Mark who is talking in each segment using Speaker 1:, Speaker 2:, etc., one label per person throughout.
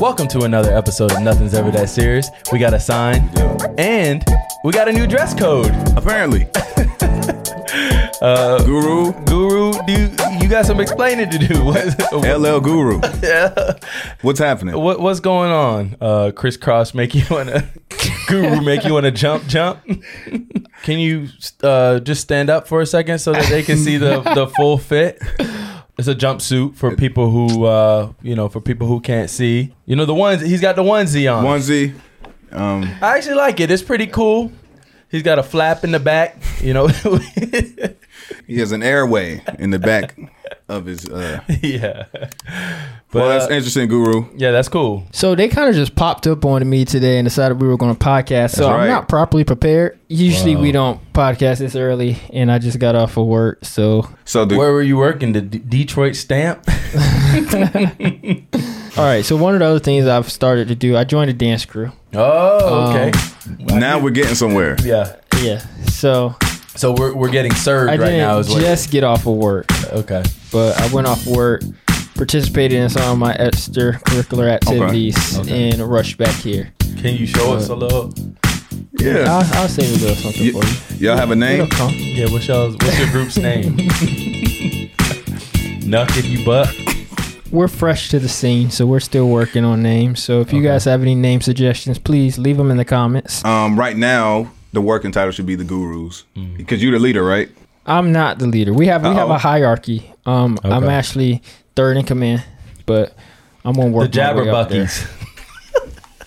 Speaker 1: Welcome to another episode of Nothing's Ever That Serious. We got a sign, and we got a new dress code.
Speaker 2: Apparently. Guru,
Speaker 1: Guru, do you, you got some explaining to do? What,
Speaker 2: LL Guru. What's happening?
Speaker 1: what what's going on? Uh, crisscross make you wanna Guru make you wanna jump jump? can you uh, just stand up for a second so that they can see the the full fit? It's a jumpsuit for people who uh, you know for people who can't see. You know the ones he's got the onesie on.
Speaker 2: Onesie. Um,
Speaker 1: I actually like it. It's pretty cool. He's got a flap in the back, you know.
Speaker 2: he has an airway in the back of his. Uh,
Speaker 1: yeah. But
Speaker 2: well, that's
Speaker 1: uh,
Speaker 2: interesting, Guru.
Speaker 1: yeah, that's cool.
Speaker 3: So they kind of just popped up on me today and decided we were going to podcast.
Speaker 2: That's
Speaker 3: So
Speaker 2: right.
Speaker 3: I'm not properly prepared. Usually we don't podcast this early, and I just got off of work. So
Speaker 2: So the
Speaker 1: Where were you working? The D- Detroit stamp?
Speaker 3: all right. So one of the other things I've started to do, I joined a dance crew.
Speaker 1: Oh,
Speaker 3: Um,
Speaker 1: okay.
Speaker 2: now we're getting somewhere.
Speaker 1: yeah.
Speaker 3: Yeah. So
Speaker 1: So we're, we're getting served
Speaker 3: I
Speaker 1: right
Speaker 3: didn't
Speaker 1: now is what
Speaker 3: just get off of work,
Speaker 1: Okay.
Speaker 3: but I went off work, participated in some of my extracurricular activities, and rushed back here.
Speaker 1: Can you show us a little?
Speaker 2: Yeah.
Speaker 3: I'll, I'll save a little something
Speaker 2: Y-
Speaker 3: for you.
Speaker 2: y'all have a
Speaker 3: It'll
Speaker 2: name?
Speaker 3: come.
Speaker 1: Yeah, what's y'all's what's your group's name? Nuck if you buck.
Speaker 3: we're fresh to the scene, so we're still working on names. So if you guys have any name suggestions, please leave them in the comments.
Speaker 2: Um, right now, the working title should be the Gurus because you're the leader, right?
Speaker 3: I'm not the leader. We have we have
Speaker 2: Uh-oh.
Speaker 3: a hierarchy. Um, I'm
Speaker 1: Okay.
Speaker 3: actually third in command, but I'm gonna
Speaker 1: The
Speaker 3: work. my way up there.
Speaker 1: Jabberbuckies.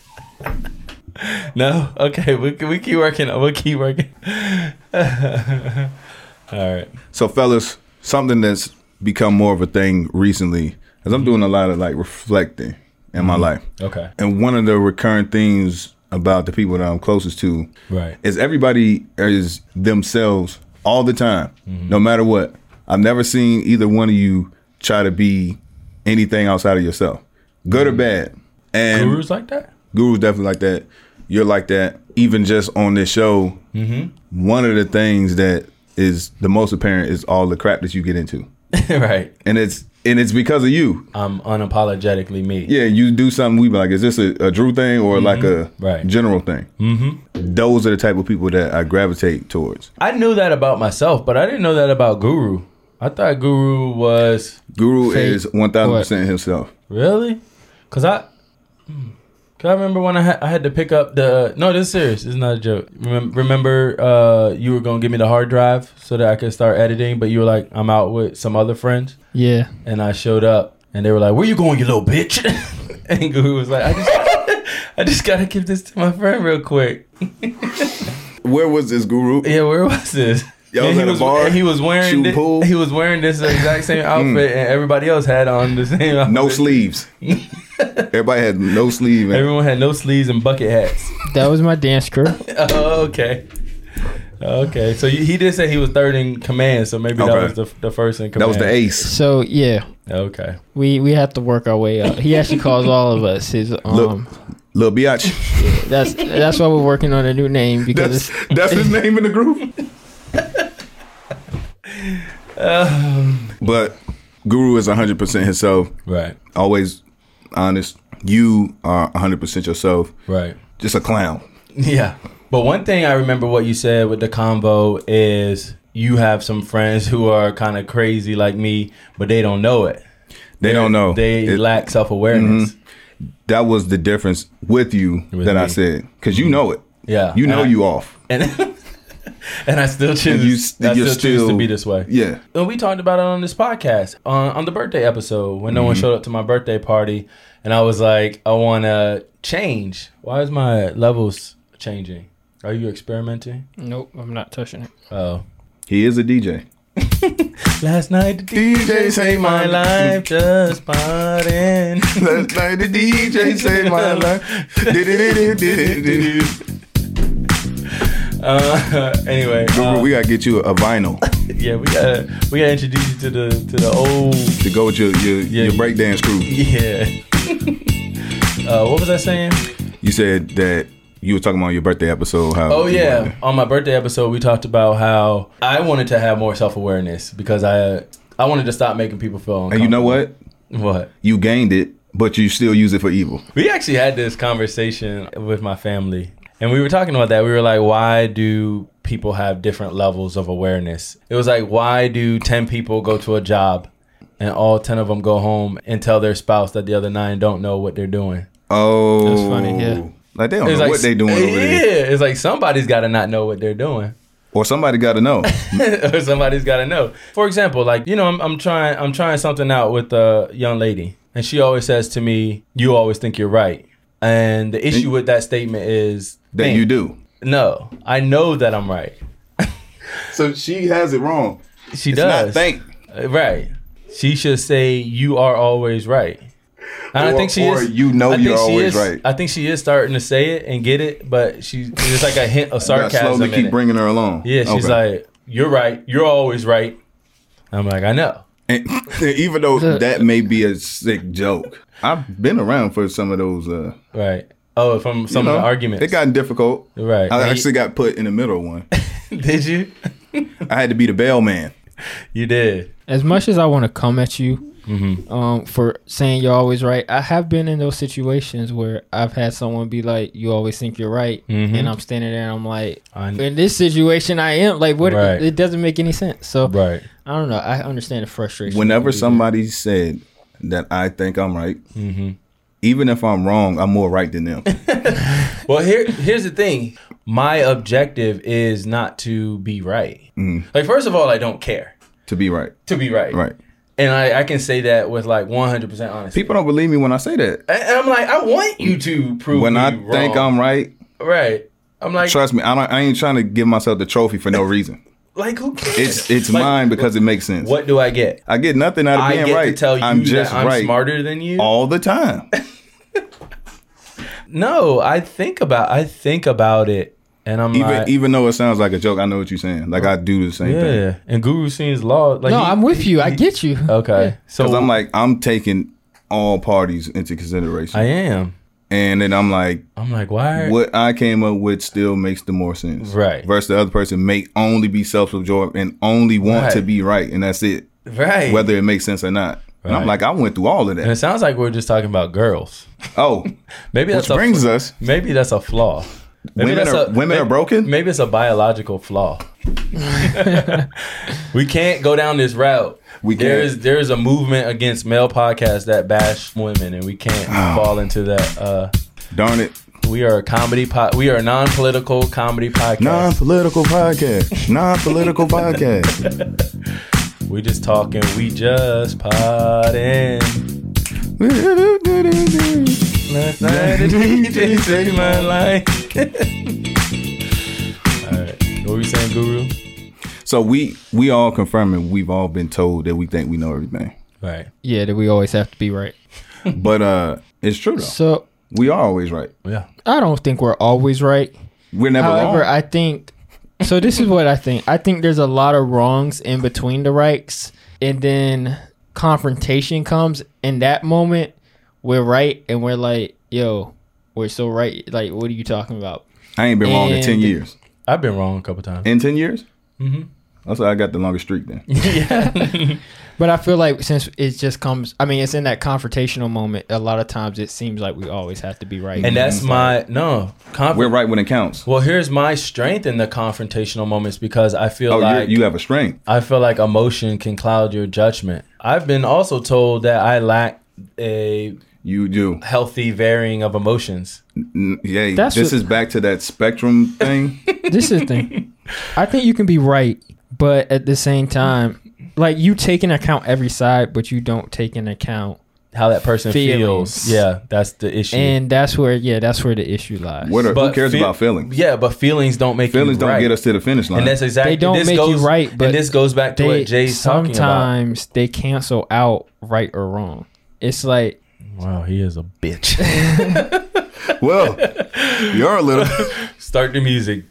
Speaker 1: no? Okay, we, we keep working. We'll keep working. All right.
Speaker 2: So, fellas, something that's become more of a thing recently is I'm doing a lot of like reflecting in my life.
Speaker 1: Okay.
Speaker 2: And one of the recurrent themes about the people that I'm closest to
Speaker 1: Right.
Speaker 2: is everybody is themselves all the time, no matter what. I've never seen either one of you try to be anything outside of yourself, good or bad. And
Speaker 1: Gurus like that?
Speaker 2: Guru's definitely like that. You're like that. Even just on this show, one of the things that is the most apparent is all the crap that you get into,
Speaker 1: right.
Speaker 2: and it's and it's because of you.
Speaker 1: I'm unapologetically me.
Speaker 2: Yeah, you do something. We be like, is this a, a Drew thing or like a
Speaker 1: Mm-hmm. Right.
Speaker 2: general thing? Mm-hmm. Those are the type of people that I gravitate towards.
Speaker 1: I knew that about myself, but I didn't know that about Guru. I thought Guru was
Speaker 2: Guru
Speaker 3: Fake
Speaker 2: is one thousand percent himself.
Speaker 1: really, cause I, Hmm. 'Cause I remember when I had, I had to pick up the no, this is serious. It's not a joke. Remember, remember uh, you were gonna give me the hard drive so that I could start editing, but you were like, I'm out with some other friends,
Speaker 3: Yeah,
Speaker 1: and I showed up, and they were like, Where you going, you little bitch? and Guru was like, I just, I just gotta give this to my friend real quick.
Speaker 2: Where was this Guru?
Speaker 1: Yeah, where was this?
Speaker 2: Y'all was
Speaker 1: And he
Speaker 2: at a
Speaker 1: was
Speaker 2: bar,
Speaker 1: and he was wearing
Speaker 2: shooting
Speaker 1: thi-
Speaker 2: pool? Mm.
Speaker 1: he was wearing this exact same outfit, and everybody else had on the same. Outfit.
Speaker 2: No sleeves. Everybody had no sleeve. And
Speaker 1: Everyone had no sleeves and bucket hats.
Speaker 3: that was my dance crew.
Speaker 1: oh, okay, okay. So you, he did say he was third in command, so maybe
Speaker 2: Okay.
Speaker 1: that was the, the first in command.
Speaker 2: that was the ace.
Speaker 3: So yeah,
Speaker 1: Okay,
Speaker 3: we we have to work our way up. He actually calls all of us his. Um,
Speaker 2: Look. Lil Biatch.
Speaker 3: that's that's why we're working on a new name because
Speaker 2: That's
Speaker 3: it's,
Speaker 2: that's his name in the group.
Speaker 1: Um.
Speaker 2: but Guru is 100% himself,
Speaker 1: right,
Speaker 2: always honest. You are 100% yourself,
Speaker 1: right.
Speaker 2: just a clown.
Speaker 1: Yeah. But one thing I remember what you said with the combo is you have some friends who are kind of crazy like me, but they don't know it.
Speaker 2: They don't know.
Speaker 1: They
Speaker 2: It- Mm-hmm.
Speaker 1: lack self awareness.
Speaker 2: that was the difference with you
Speaker 1: With
Speaker 2: that I
Speaker 1: me.
Speaker 2: said cuz you know it.
Speaker 1: Yeah.
Speaker 2: You know
Speaker 1: And I-
Speaker 2: you off.
Speaker 1: and and I still
Speaker 2: And you
Speaker 1: choose. I
Speaker 2: you're
Speaker 1: still, choose to be this way.
Speaker 2: Yeah.
Speaker 1: And we talked about it on this podcast on, on the birthday episode when no one showed up to my birthday party, and I was like, I want to change. Why is my levels changing? Are you experimenting?
Speaker 3: nope, I'm not touching it.
Speaker 1: Oh,
Speaker 2: He is a DJ.
Speaker 1: last night the DJ saved my life just partying.
Speaker 2: Last night the DJ saved my life. Did-did-did-did-did-did.
Speaker 1: Uh, anyway,
Speaker 2: Guru,
Speaker 1: uh,
Speaker 2: we gotta get you a vinyl
Speaker 1: yeah, we gotta we gotta introduce you to the to the old
Speaker 2: to go with your your, your
Speaker 1: you-
Speaker 2: breakdance crew.
Speaker 1: Yeah. uh, what was I saying?
Speaker 2: You said that you were talking about your birthday episode. How
Speaker 1: Oh yeah, on my birthday episode, we talked about how I wanted to have more self awareness because I I wanted to stop making people feel.
Speaker 2: and you know what?
Speaker 1: What?
Speaker 2: You gained it but you still use it for evil.
Speaker 1: We actually had this conversation with my family, and we were talking about that. We were like, why do people have different levels of awareness? It was like, why do 10 people go to a job and all 10 of them go home and tell their spouse that the other nine don't know what they're doing?
Speaker 2: Oh,
Speaker 3: That's funny, yeah.
Speaker 2: Like they don't
Speaker 1: It's
Speaker 2: know
Speaker 1: like,
Speaker 2: what they doing
Speaker 1: yeah,
Speaker 2: over there,
Speaker 1: it's like somebody's got to not know what they're doing.
Speaker 2: or somebody got to know.
Speaker 1: or somebody's got to know. For example, like you know, I'm, I'm trying I'm trying something out with a young lady, and she always says to me, "You always think you're right." And the issue with that statement is
Speaker 2: Mm. that
Speaker 1: think.
Speaker 2: you do.
Speaker 1: No, I know that I'm right.
Speaker 2: So she has it wrong.
Speaker 1: She
Speaker 2: It's
Speaker 1: does
Speaker 2: not think.
Speaker 1: Uh, right. She should say, "You are always right." And I
Speaker 2: Or-
Speaker 1: think she
Speaker 2: or
Speaker 1: is.
Speaker 2: you know
Speaker 1: I think
Speaker 2: you're
Speaker 1: she is-
Speaker 2: always right.
Speaker 1: I think she is starting to say it and get it, but she's it's like a hint of
Speaker 2: I
Speaker 1: sarcasm.
Speaker 2: slowly
Speaker 1: in
Speaker 2: keep
Speaker 1: it.
Speaker 2: bringing her along.
Speaker 1: Yeah, she's
Speaker 2: Okay.
Speaker 1: like, "You're right. You're always right." I'm like, "I know."
Speaker 2: And- even though that may be a sick joke, I've been around for some of those. Uh,
Speaker 1: Right. Oh, from some
Speaker 2: you
Speaker 1: of
Speaker 2: know,
Speaker 1: the arguments.
Speaker 2: it got difficult.
Speaker 1: right.
Speaker 2: I
Speaker 1: Hey,
Speaker 2: actually got put in the middle of one.
Speaker 1: did you?
Speaker 2: I had to be the bellman.
Speaker 1: You did.
Speaker 3: As much as I want to come at you
Speaker 1: Mm-hmm.
Speaker 3: um, for saying you're always right, I have been in those situations where I've had someone be like, "You always think you're right," and I'm standing there and I'm like,
Speaker 1: Mm-hmm. I kn-
Speaker 3: "In this situation, I am like, what?
Speaker 1: Right.
Speaker 3: It doesn't make any sense." So
Speaker 1: Right.
Speaker 3: I don't know. I understand the frustration.
Speaker 2: Whenever
Speaker 3: when you do
Speaker 2: somebody said that I think I'm right,
Speaker 1: Mm-hmm.
Speaker 2: even if I'm wrong, I'm more right than them.
Speaker 1: Well, here here's the thing. My objective is not to be right. Like first of all, I don't care
Speaker 2: to be right,
Speaker 1: to be right.
Speaker 2: Mm. right?
Speaker 1: And I, I can say that with like 100% honesty.
Speaker 2: People don't believe me when I say that.
Speaker 1: and and I'm like, I want you to prove
Speaker 2: When
Speaker 1: me
Speaker 2: I
Speaker 1: wrong.
Speaker 2: think I'm right,
Speaker 1: right. I'm like,
Speaker 2: trust me, I, don't, I ain't trying to give myself the trophy for no reason.
Speaker 1: like who cares?
Speaker 2: It's it's
Speaker 1: Like,
Speaker 2: mine because it makes sense.
Speaker 1: What do I get?
Speaker 2: I get nothing out of
Speaker 1: I
Speaker 2: being
Speaker 1: get
Speaker 2: right.
Speaker 1: to tell you
Speaker 2: I'm just
Speaker 1: that I'm
Speaker 2: right
Speaker 1: smarter than you.
Speaker 2: all the time.
Speaker 1: No, I think about I think about it, and I'm
Speaker 2: even
Speaker 1: like,
Speaker 2: even though it sounds like a joke, I know what you're saying. Like I do the same thing.
Speaker 1: yeah. And Guru seems law. Like
Speaker 3: No,
Speaker 1: he-
Speaker 3: I'm with you. I get you.
Speaker 1: Okay, so
Speaker 2: Because I'm like, I'm taking all parties into consideration,
Speaker 1: I am.
Speaker 2: and then I'm like,
Speaker 1: I'm like, why? Are,
Speaker 2: what I came up with still makes the more sense,
Speaker 1: Right.
Speaker 2: Versus the other person may only be self-absorbed and only want
Speaker 1: Right.
Speaker 2: to be right, and that's it,
Speaker 1: right.
Speaker 2: whether it makes sense or not. And I'm
Speaker 1: Right.
Speaker 2: like, I went through all of
Speaker 1: and it
Speaker 2: that.
Speaker 1: sounds like we're just talking about girls.
Speaker 2: Oh,
Speaker 1: Maybe
Speaker 2: which
Speaker 1: that's a,
Speaker 2: brings us
Speaker 1: maybe that's a flaw. Maybe
Speaker 2: Women
Speaker 1: that's
Speaker 2: are- women
Speaker 1: may-
Speaker 2: are broken?
Speaker 1: Maybe it's a biological flaw. we can't go down this route.
Speaker 2: We
Speaker 1: There
Speaker 2: can't.
Speaker 1: is there is a movement against male podcasts that bash women, and we can't
Speaker 2: Oh.
Speaker 1: fall into that. Uh,
Speaker 2: darn it,
Speaker 1: we are a comedy pod. We are a non-political comedy podcast.
Speaker 2: non-political podcast, non-political podcast.
Speaker 1: We just talking. We just podding. Last night the DJ saved my life. All right, what were you saying, Guru?
Speaker 2: so we we all confirming we've all been told that we think we know everything,
Speaker 1: Right,
Speaker 3: Yeah, that we always have to be right.
Speaker 2: but uh, it's true though.
Speaker 3: So
Speaker 2: We are always right.
Speaker 1: yeah,
Speaker 3: I don't think we're always right.
Speaker 2: We're never
Speaker 3: However,
Speaker 2: wrong.
Speaker 3: I think so. This is what I think. I think there's a lot of wrongs in between the rights, and then confrontation comes in that moment. We're right, and we're like, "Yo, we're so right." Like, what are you talking about?
Speaker 2: I, ain't been wrong in ten
Speaker 3: and-
Speaker 2: years.
Speaker 1: I've been wrong a couple times.
Speaker 2: In ten years. Mm-hmm. That's how I got the longest streak then.
Speaker 1: yeah,
Speaker 3: But I feel like since it just comes, I mean, it's in that confrontational moment. A lot of times, it seems like we always have to be right.
Speaker 1: and that's my no. Conf-
Speaker 2: We're right when it counts.
Speaker 1: well, here's my strength in the confrontational moments because I feel
Speaker 2: Oh,
Speaker 1: like
Speaker 2: you you have a strength.
Speaker 1: I feel like emotion can cloud your judgment. I've been also told that I lack a
Speaker 2: You do.
Speaker 1: healthy varying of emotions.
Speaker 2: N- Yay.
Speaker 3: That's
Speaker 2: this
Speaker 3: what-
Speaker 2: is back to that spectrum thing.
Speaker 3: this is the thing. I think you can be right, but at the same time, like you take into account every side, but you don't take into account,
Speaker 1: How that person
Speaker 3: Feelings.
Speaker 1: feels. Yeah, that's the issue.
Speaker 3: and that's where yeah, that's where the issue lies.
Speaker 2: What are, who
Speaker 1: But
Speaker 2: cares
Speaker 1: feel-
Speaker 2: about feelings?
Speaker 1: Yeah, but feelings don't make
Speaker 2: Feelings
Speaker 1: you
Speaker 2: don't
Speaker 1: right.
Speaker 2: get us to the finish line.
Speaker 1: And that's exactly
Speaker 3: They don't
Speaker 1: this
Speaker 3: make you
Speaker 1: goes,
Speaker 3: right, but
Speaker 1: and this goes back to
Speaker 3: they
Speaker 1: what Jay's talking about.
Speaker 3: sometimes they cancel out right or wrong. It's like
Speaker 1: Wow, he is a bitch.
Speaker 2: well, you're a little.
Speaker 1: Start the music.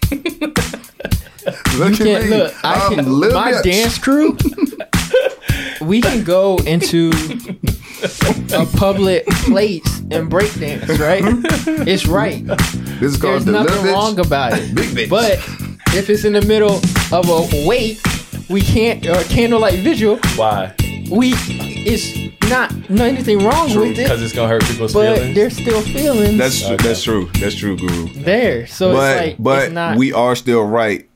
Speaker 2: look at
Speaker 3: can't-
Speaker 2: me.
Speaker 3: look, I
Speaker 2: I'm
Speaker 3: can,
Speaker 2: little
Speaker 3: my
Speaker 2: bitch.
Speaker 3: dance crew. we can go into a public place and break dance, right? It's right.
Speaker 2: This is called
Speaker 3: There's
Speaker 2: the little
Speaker 3: nothing
Speaker 2: bitch.
Speaker 3: wrong about it.
Speaker 2: Big bitch.
Speaker 3: But if it's in the middle of a wake, we can't or a candlelight vigil,
Speaker 1: Why?
Speaker 3: we it's not no anything wrong
Speaker 2: True,
Speaker 3: with it,
Speaker 1: because it's gonna hurt people's
Speaker 3: but
Speaker 1: feelings.
Speaker 3: there's still feelings
Speaker 2: That's
Speaker 1: Okay.
Speaker 2: that's true. That's true, Guru.
Speaker 3: there. So
Speaker 2: but
Speaker 3: it's like
Speaker 2: but
Speaker 3: it's not
Speaker 2: we are still right.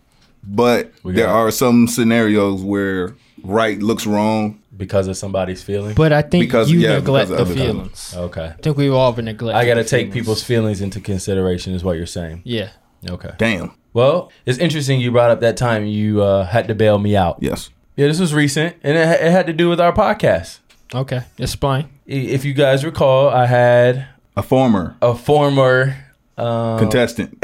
Speaker 2: But
Speaker 1: We
Speaker 2: there
Speaker 1: got-
Speaker 2: are some scenarios where right looks wrong.
Speaker 1: Because of somebody's feelings.
Speaker 3: But I think
Speaker 2: Because-
Speaker 3: you
Speaker 2: yeah,
Speaker 3: neglect
Speaker 2: because of
Speaker 3: the
Speaker 2: other things.
Speaker 3: feelings.
Speaker 1: okay.
Speaker 3: I think we've all been neglecting.
Speaker 1: I gotta
Speaker 3: the
Speaker 1: take
Speaker 3: feelings.
Speaker 1: people's feelings into consideration, is what you're saying.
Speaker 3: Yeah.
Speaker 1: Okay.
Speaker 2: Damn.
Speaker 1: Well, it's interesting you brought up that time you uh, had to bail me out.
Speaker 2: Yes.
Speaker 1: Yeah, this was recent, and it, ha- it had to do with our podcast.
Speaker 3: Okay. Explain.
Speaker 1: I- If you guys recall, I had
Speaker 2: A former
Speaker 1: a former um,
Speaker 2: contestant.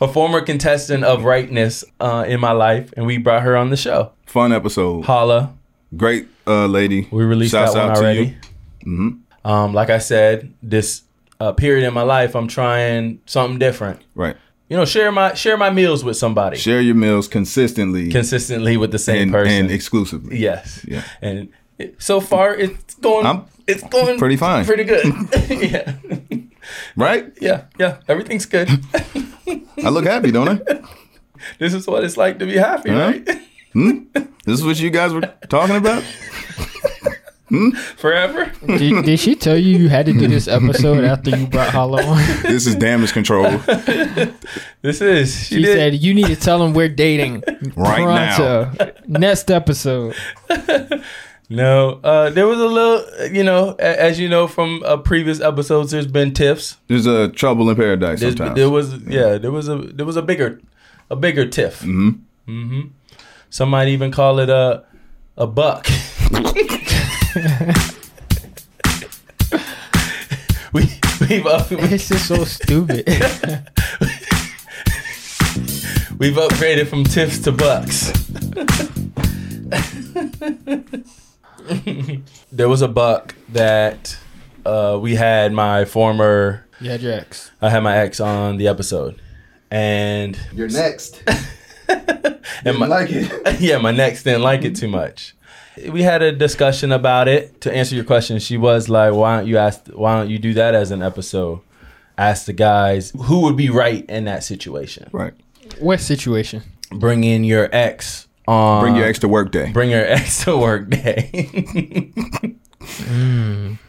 Speaker 1: a former contestant of rightness uh, in my life, and we brought her on the show.
Speaker 2: Fun episode.
Speaker 1: Holla,
Speaker 2: Great uh, lady.
Speaker 1: we released
Speaker 2: Shouts
Speaker 1: that one
Speaker 2: out to
Speaker 1: already.
Speaker 2: you. Mm-hmm.
Speaker 1: Um, like I said, this uh, period in my life, I'm trying something different.
Speaker 2: Right.
Speaker 1: You know, share my share my meals with somebody
Speaker 2: Share your meals consistently
Speaker 1: consistently with the same
Speaker 2: and,
Speaker 1: person.
Speaker 2: and exclusively.
Speaker 1: yes.
Speaker 2: Yeah.
Speaker 1: And it, so far, it's going.
Speaker 2: I'm
Speaker 1: it's going
Speaker 2: pretty fine.
Speaker 1: Pretty good. yeah.
Speaker 2: Right?
Speaker 1: Yeah. Yeah. Everything's good.
Speaker 2: I look happy, don't I?
Speaker 1: this is what it's like to be happy,
Speaker 2: Huh?
Speaker 1: right?
Speaker 2: Hmm? This is what you guys were talking about? Hmm?
Speaker 1: Forever.
Speaker 3: Did, did she tell you you had to do this episode after you brought Hollow on?
Speaker 2: This is damage control.
Speaker 1: This is. She,
Speaker 3: She
Speaker 1: did.
Speaker 3: said you need to tell him we're dating
Speaker 2: Right now.
Speaker 3: now. Next episode.
Speaker 1: No, uh, there was a little, you know, a- as you know from uh, previous episodes, there's been tiffs.
Speaker 2: There's a trouble in paradise
Speaker 1: There's,
Speaker 2: sometimes.
Speaker 1: there was, yeah, there was a there was a bigger, a bigger tiff. Mm-hmm. mm-hmm. Some might even call it a a buck. we we've up,
Speaker 3: This is so stupid.
Speaker 1: we've upgraded from tiffs to bucks. there was a buck that uh, we had my former
Speaker 3: yeah, Jax.
Speaker 1: I had my ex on the episode, and
Speaker 4: You're next.
Speaker 1: and my,
Speaker 4: like it.
Speaker 1: yeah, my next didn't like it too much. We had a discussion about it. To answer your question, she was like, "Why don't you ask? Why don't you do that as an episode? Ask the guys who would be right in that situation.
Speaker 2: right.
Speaker 3: What situation?
Speaker 1: Bring in your ex on.
Speaker 2: Bring your ex to work day.
Speaker 1: Bring your ex to work day.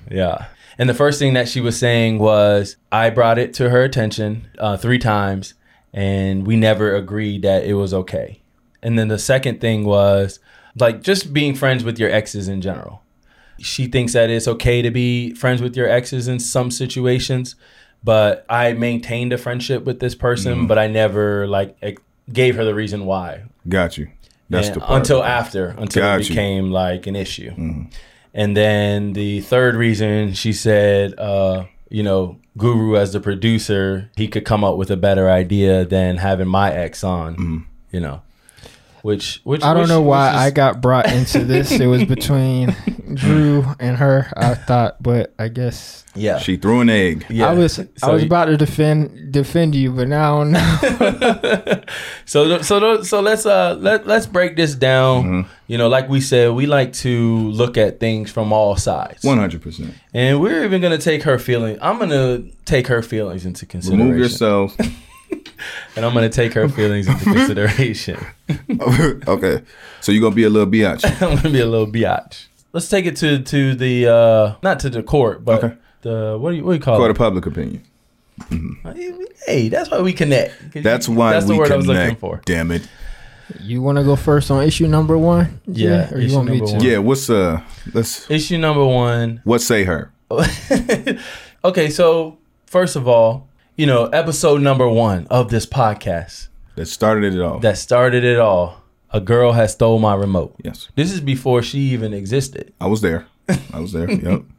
Speaker 1: Yeah. And the first thing that she was saying was, I brought it to her attention uh, three times, and we never agreed that it was okay. And then the second thing was, like, just being friends with your exes in general. She thinks that it's okay to be friends with your exes in some situations, but I maintained a friendship with this person, but I never, like, ex- gave her the reason why
Speaker 2: Got you. That's
Speaker 1: and-
Speaker 2: the part.
Speaker 1: until after until
Speaker 2: Got
Speaker 1: it
Speaker 2: you. Mm-hmm.
Speaker 1: became like an issue and then the third reason she said uh you know guru as the producer he could come up with a better idea than having my ex on
Speaker 2: Mm-hmm.
Speaker 1: you know which which
Speaker 3: I don't
Speaker 1: which-
Speaker 3: know why
Speaker 1: which is-
Speaker 3: I got brought into this. it was between Drew and her, I thought, but I guess
Speaker 1: yeah
Speaker 2: she threw an egg.
Speaker 1: yeah
Speaker 3: I was I
Speaker 1: So
Speaker 3: was
Speaker 1: you-
Speaker 3: about to defend defend you, but now I don't know.
Speaker 1: so th- so th- so let's uh let let's break this down
Speaker 2: Mm-hmm.
Speaker 1: you know like we said we like to look at things from all sides
Speaker 2: One hundred percent.
Speaker 1: and we're even gonna take her feeling i'm gonna take her feelings into consideration
Speaker 2: Remove yourself.
Speaker 1: And I'm gonna take her feelings into consideration.
Speaker 2: okay, so you're gonna be a little biatch.
Speaker 1: I'm gonna be a little biatch. Let's take it to to the uh not to the court, but
Speaker 2: Okay.
Speaker 1: the what do you what do you call
Speaker 2: Court of public opinion. Mm-hmm.
Speaker 1: it? Hey, that's why we connect. 'Cause you-
Speaker 2: That's why
Speaker 1: that's
Speaker 2: we
Speaker 1: the word
Speaker 2: connect.
Speaker 1: I was looking for.
Speaker 2: Damn it.
Speaker 3: You want to go first on issue number one?
Speaker 1: Yeah,
Speaker 3: or you
Speaker 1: issue
Speaker 3: want me
Speaker 1: number
Speaker 3: to?
Speaker 1: one.
Speaker 2: Yeah. What's uh? Let's
Speaker 1: Issue number one.
Speaker 2: what say her?
Speaker 1: okay, so first of all, you know, episode number one of this podcast
Speaker 2: That started it all.
Speaker 1: that started it all. A girl has stole my remote.
Speaker 2: yes,
Speaker 1: This is before she even existed.
Speaker 2: I was there. I was there. yep.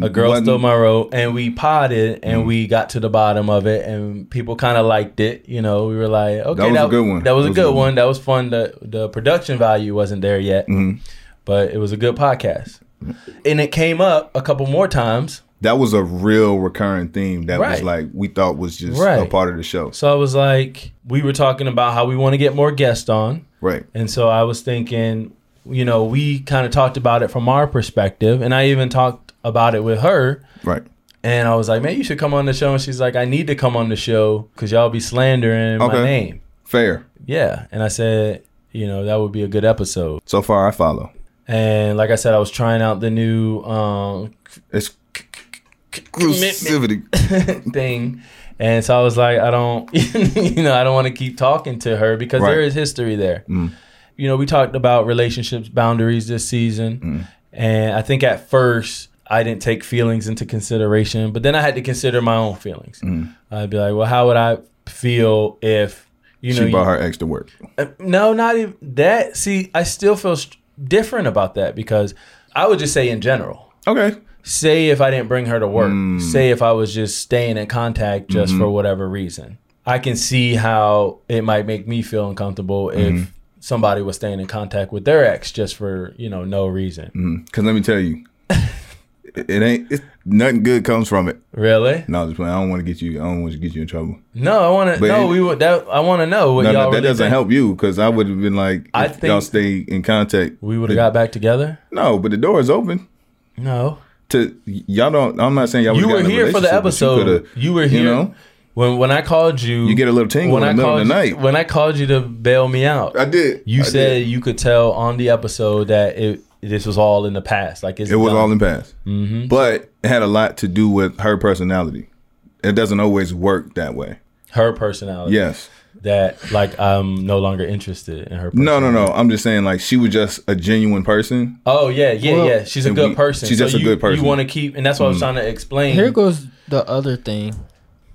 Speaker 1: A girl
Speaker 2: Wasn't-
Speaker 1: stole my rope, and we potted, and we got to the bottom of it, and people kind of liked it. You know, we were like, okay,
Speaker 2: was a good one.
Speaker 1: That was, a good one. That was fun. The the production value wasn't there yet, but it was a good podcast, and it came up a couple more times.
Speaker 2: That was a real recurring theme that was
Speaker 1: Right.
Speaker 2: like we thought was just a
Speaker 1: Right.
Speaker 2: part of the show.
Speaker 1: So I was like, we were talking about how we want to get more guests on,
Speaker 2: Right.
Speaker 1: and so I was thinking, you know, we kind of talked about it from our perspective, and I even talked about it with her.
Speaker 2: Right.
Speaker 1: And I was like, man, you should come on the show. And she's like, I need to come on the show because y'all be slandering
Speaker 2: Okay.
Speaker 1: my name.
Speaker 2: Fair.
Speaker 1: Yeah. And I said, you know, that would be a good episode.
Speaker 2: So far, I follow.
Speaker 1: And like I said, I was trying out the new um,
Speaker 2: It's exclusivity.
Speaker 1: thing. And so I was like, I don't, you know, I don't want to keep talking to her because
Speaker 2: Right. Mm.
Speaker 1: there is history there. You know, we talked about relationships, boundaries this season.
Speaker 2: Mm.
Speaker 1: And I think at first I didn't take feelings into consideration, but then I had to consider my own feelings.
Speaker 2: Mm.
Speaker 1: I'd be like, well, how would I feel if, you know,
Speaker 2: She
Speaker 1: you-
Speaker 2: brought her ex to work.
Speaker 1: uh, no, not even that. See, I still feel st- different about that because I would just say in general
Speaker 2: Okay.
Speaker 1: say if I didn't bring her to work,
Speaker 2: Mm.
Speaker 1: say if I was just staying in contact just
Speaker 2: Mm-hmm.
Speaker 1: for whatever reason, I can see how it might make me feel uncomfortable
Speaker 2: Mm-hmm.
Speaker 1: if somebody was staying in contact with their ex just for you know no reason.
Speaker 2: Because Mm-hmm. let me tell you, it it ain't it's, nothing good comes from it.
Speaker 1: Really?
Speaker 2: No, I'm just playing. I don't want to get you. I don't want to get you in trouble.
Speaker 1: No, I want to.
Speaker 2: But
Speaker 1: No,
Speaker 2: it-
Speaker 1: we would. That I want to know what
Speaker 2: No,
Speaker 1: y'all
Speaker 2: no, that
Speaker 1: really
Speaker 2: doesn't
Speaker 1: think.
Speaker 2: help you because I would have been like,
Speaker 1: I
Speaker 2: if y'all
Speaker 1: think-
Speaker 2: stay in contact.
Speaker 1: We would have got back together.
Speaker 2: No, but the door is open.
Speaker 1: No,
Speaker 2: To y'all don't. I'm not saying y'all.
Speaker 1: you
Speaker 2: would've
Speaker 1: were
Speaker 2: gotten a
Speaker 1: here for the
Speaker 2: relationship, but you
Speaker 1: episode.
Speaker 2: coulda-
Speaker 1: You were here.
Speaker 2: know?
Speaker 1: when when I called you,
Speaker 2: You get a little tingle
Speaker 1: when
Speaker 2: in
Speaker 1: I
Speaker 2: the middle of the
Speaker 1: called
Speaker 2: night.
Speaker 1: you- When I called you to bail me out,
Speaker 2: I did.
Speaker 1: You
Speaker 2: I
Speaker 1: said
Speaker 2: did.
Speaker 1: you could tell on the episode that it this was all in the past. Like it's
Speaker 2: it was
Speaker 1: done.
Speaker 2: all in past,
Speaker 1: Mm-hmm.
Speaker 2: but it had a lot to do with her personality. It doesn't always work that way.
Speaker 1: her personality.
Speaker 2: Yes.
Speaker 1: That like I'm no longer interested in her.
Speaker 2: No, no,
Speaker 1: personality.
Speaker 2: no. I'm just saying, like, she was just a genuine person.
Speaker 1: Oh yeah, yeah,
Speaker 3: Well-
Speaker 1: yeah. She's a
Speaker 2: And
Speaker 1: good
Speaker 2: we-
Speaker 1: person.
Speaker 2: she's just a
Speaker 1: you,
Speaker 2: good person. Mm.
Speaker 1: You want to keep, and that's what I was trying to explain.
Speaker 3: Here goes the other thing.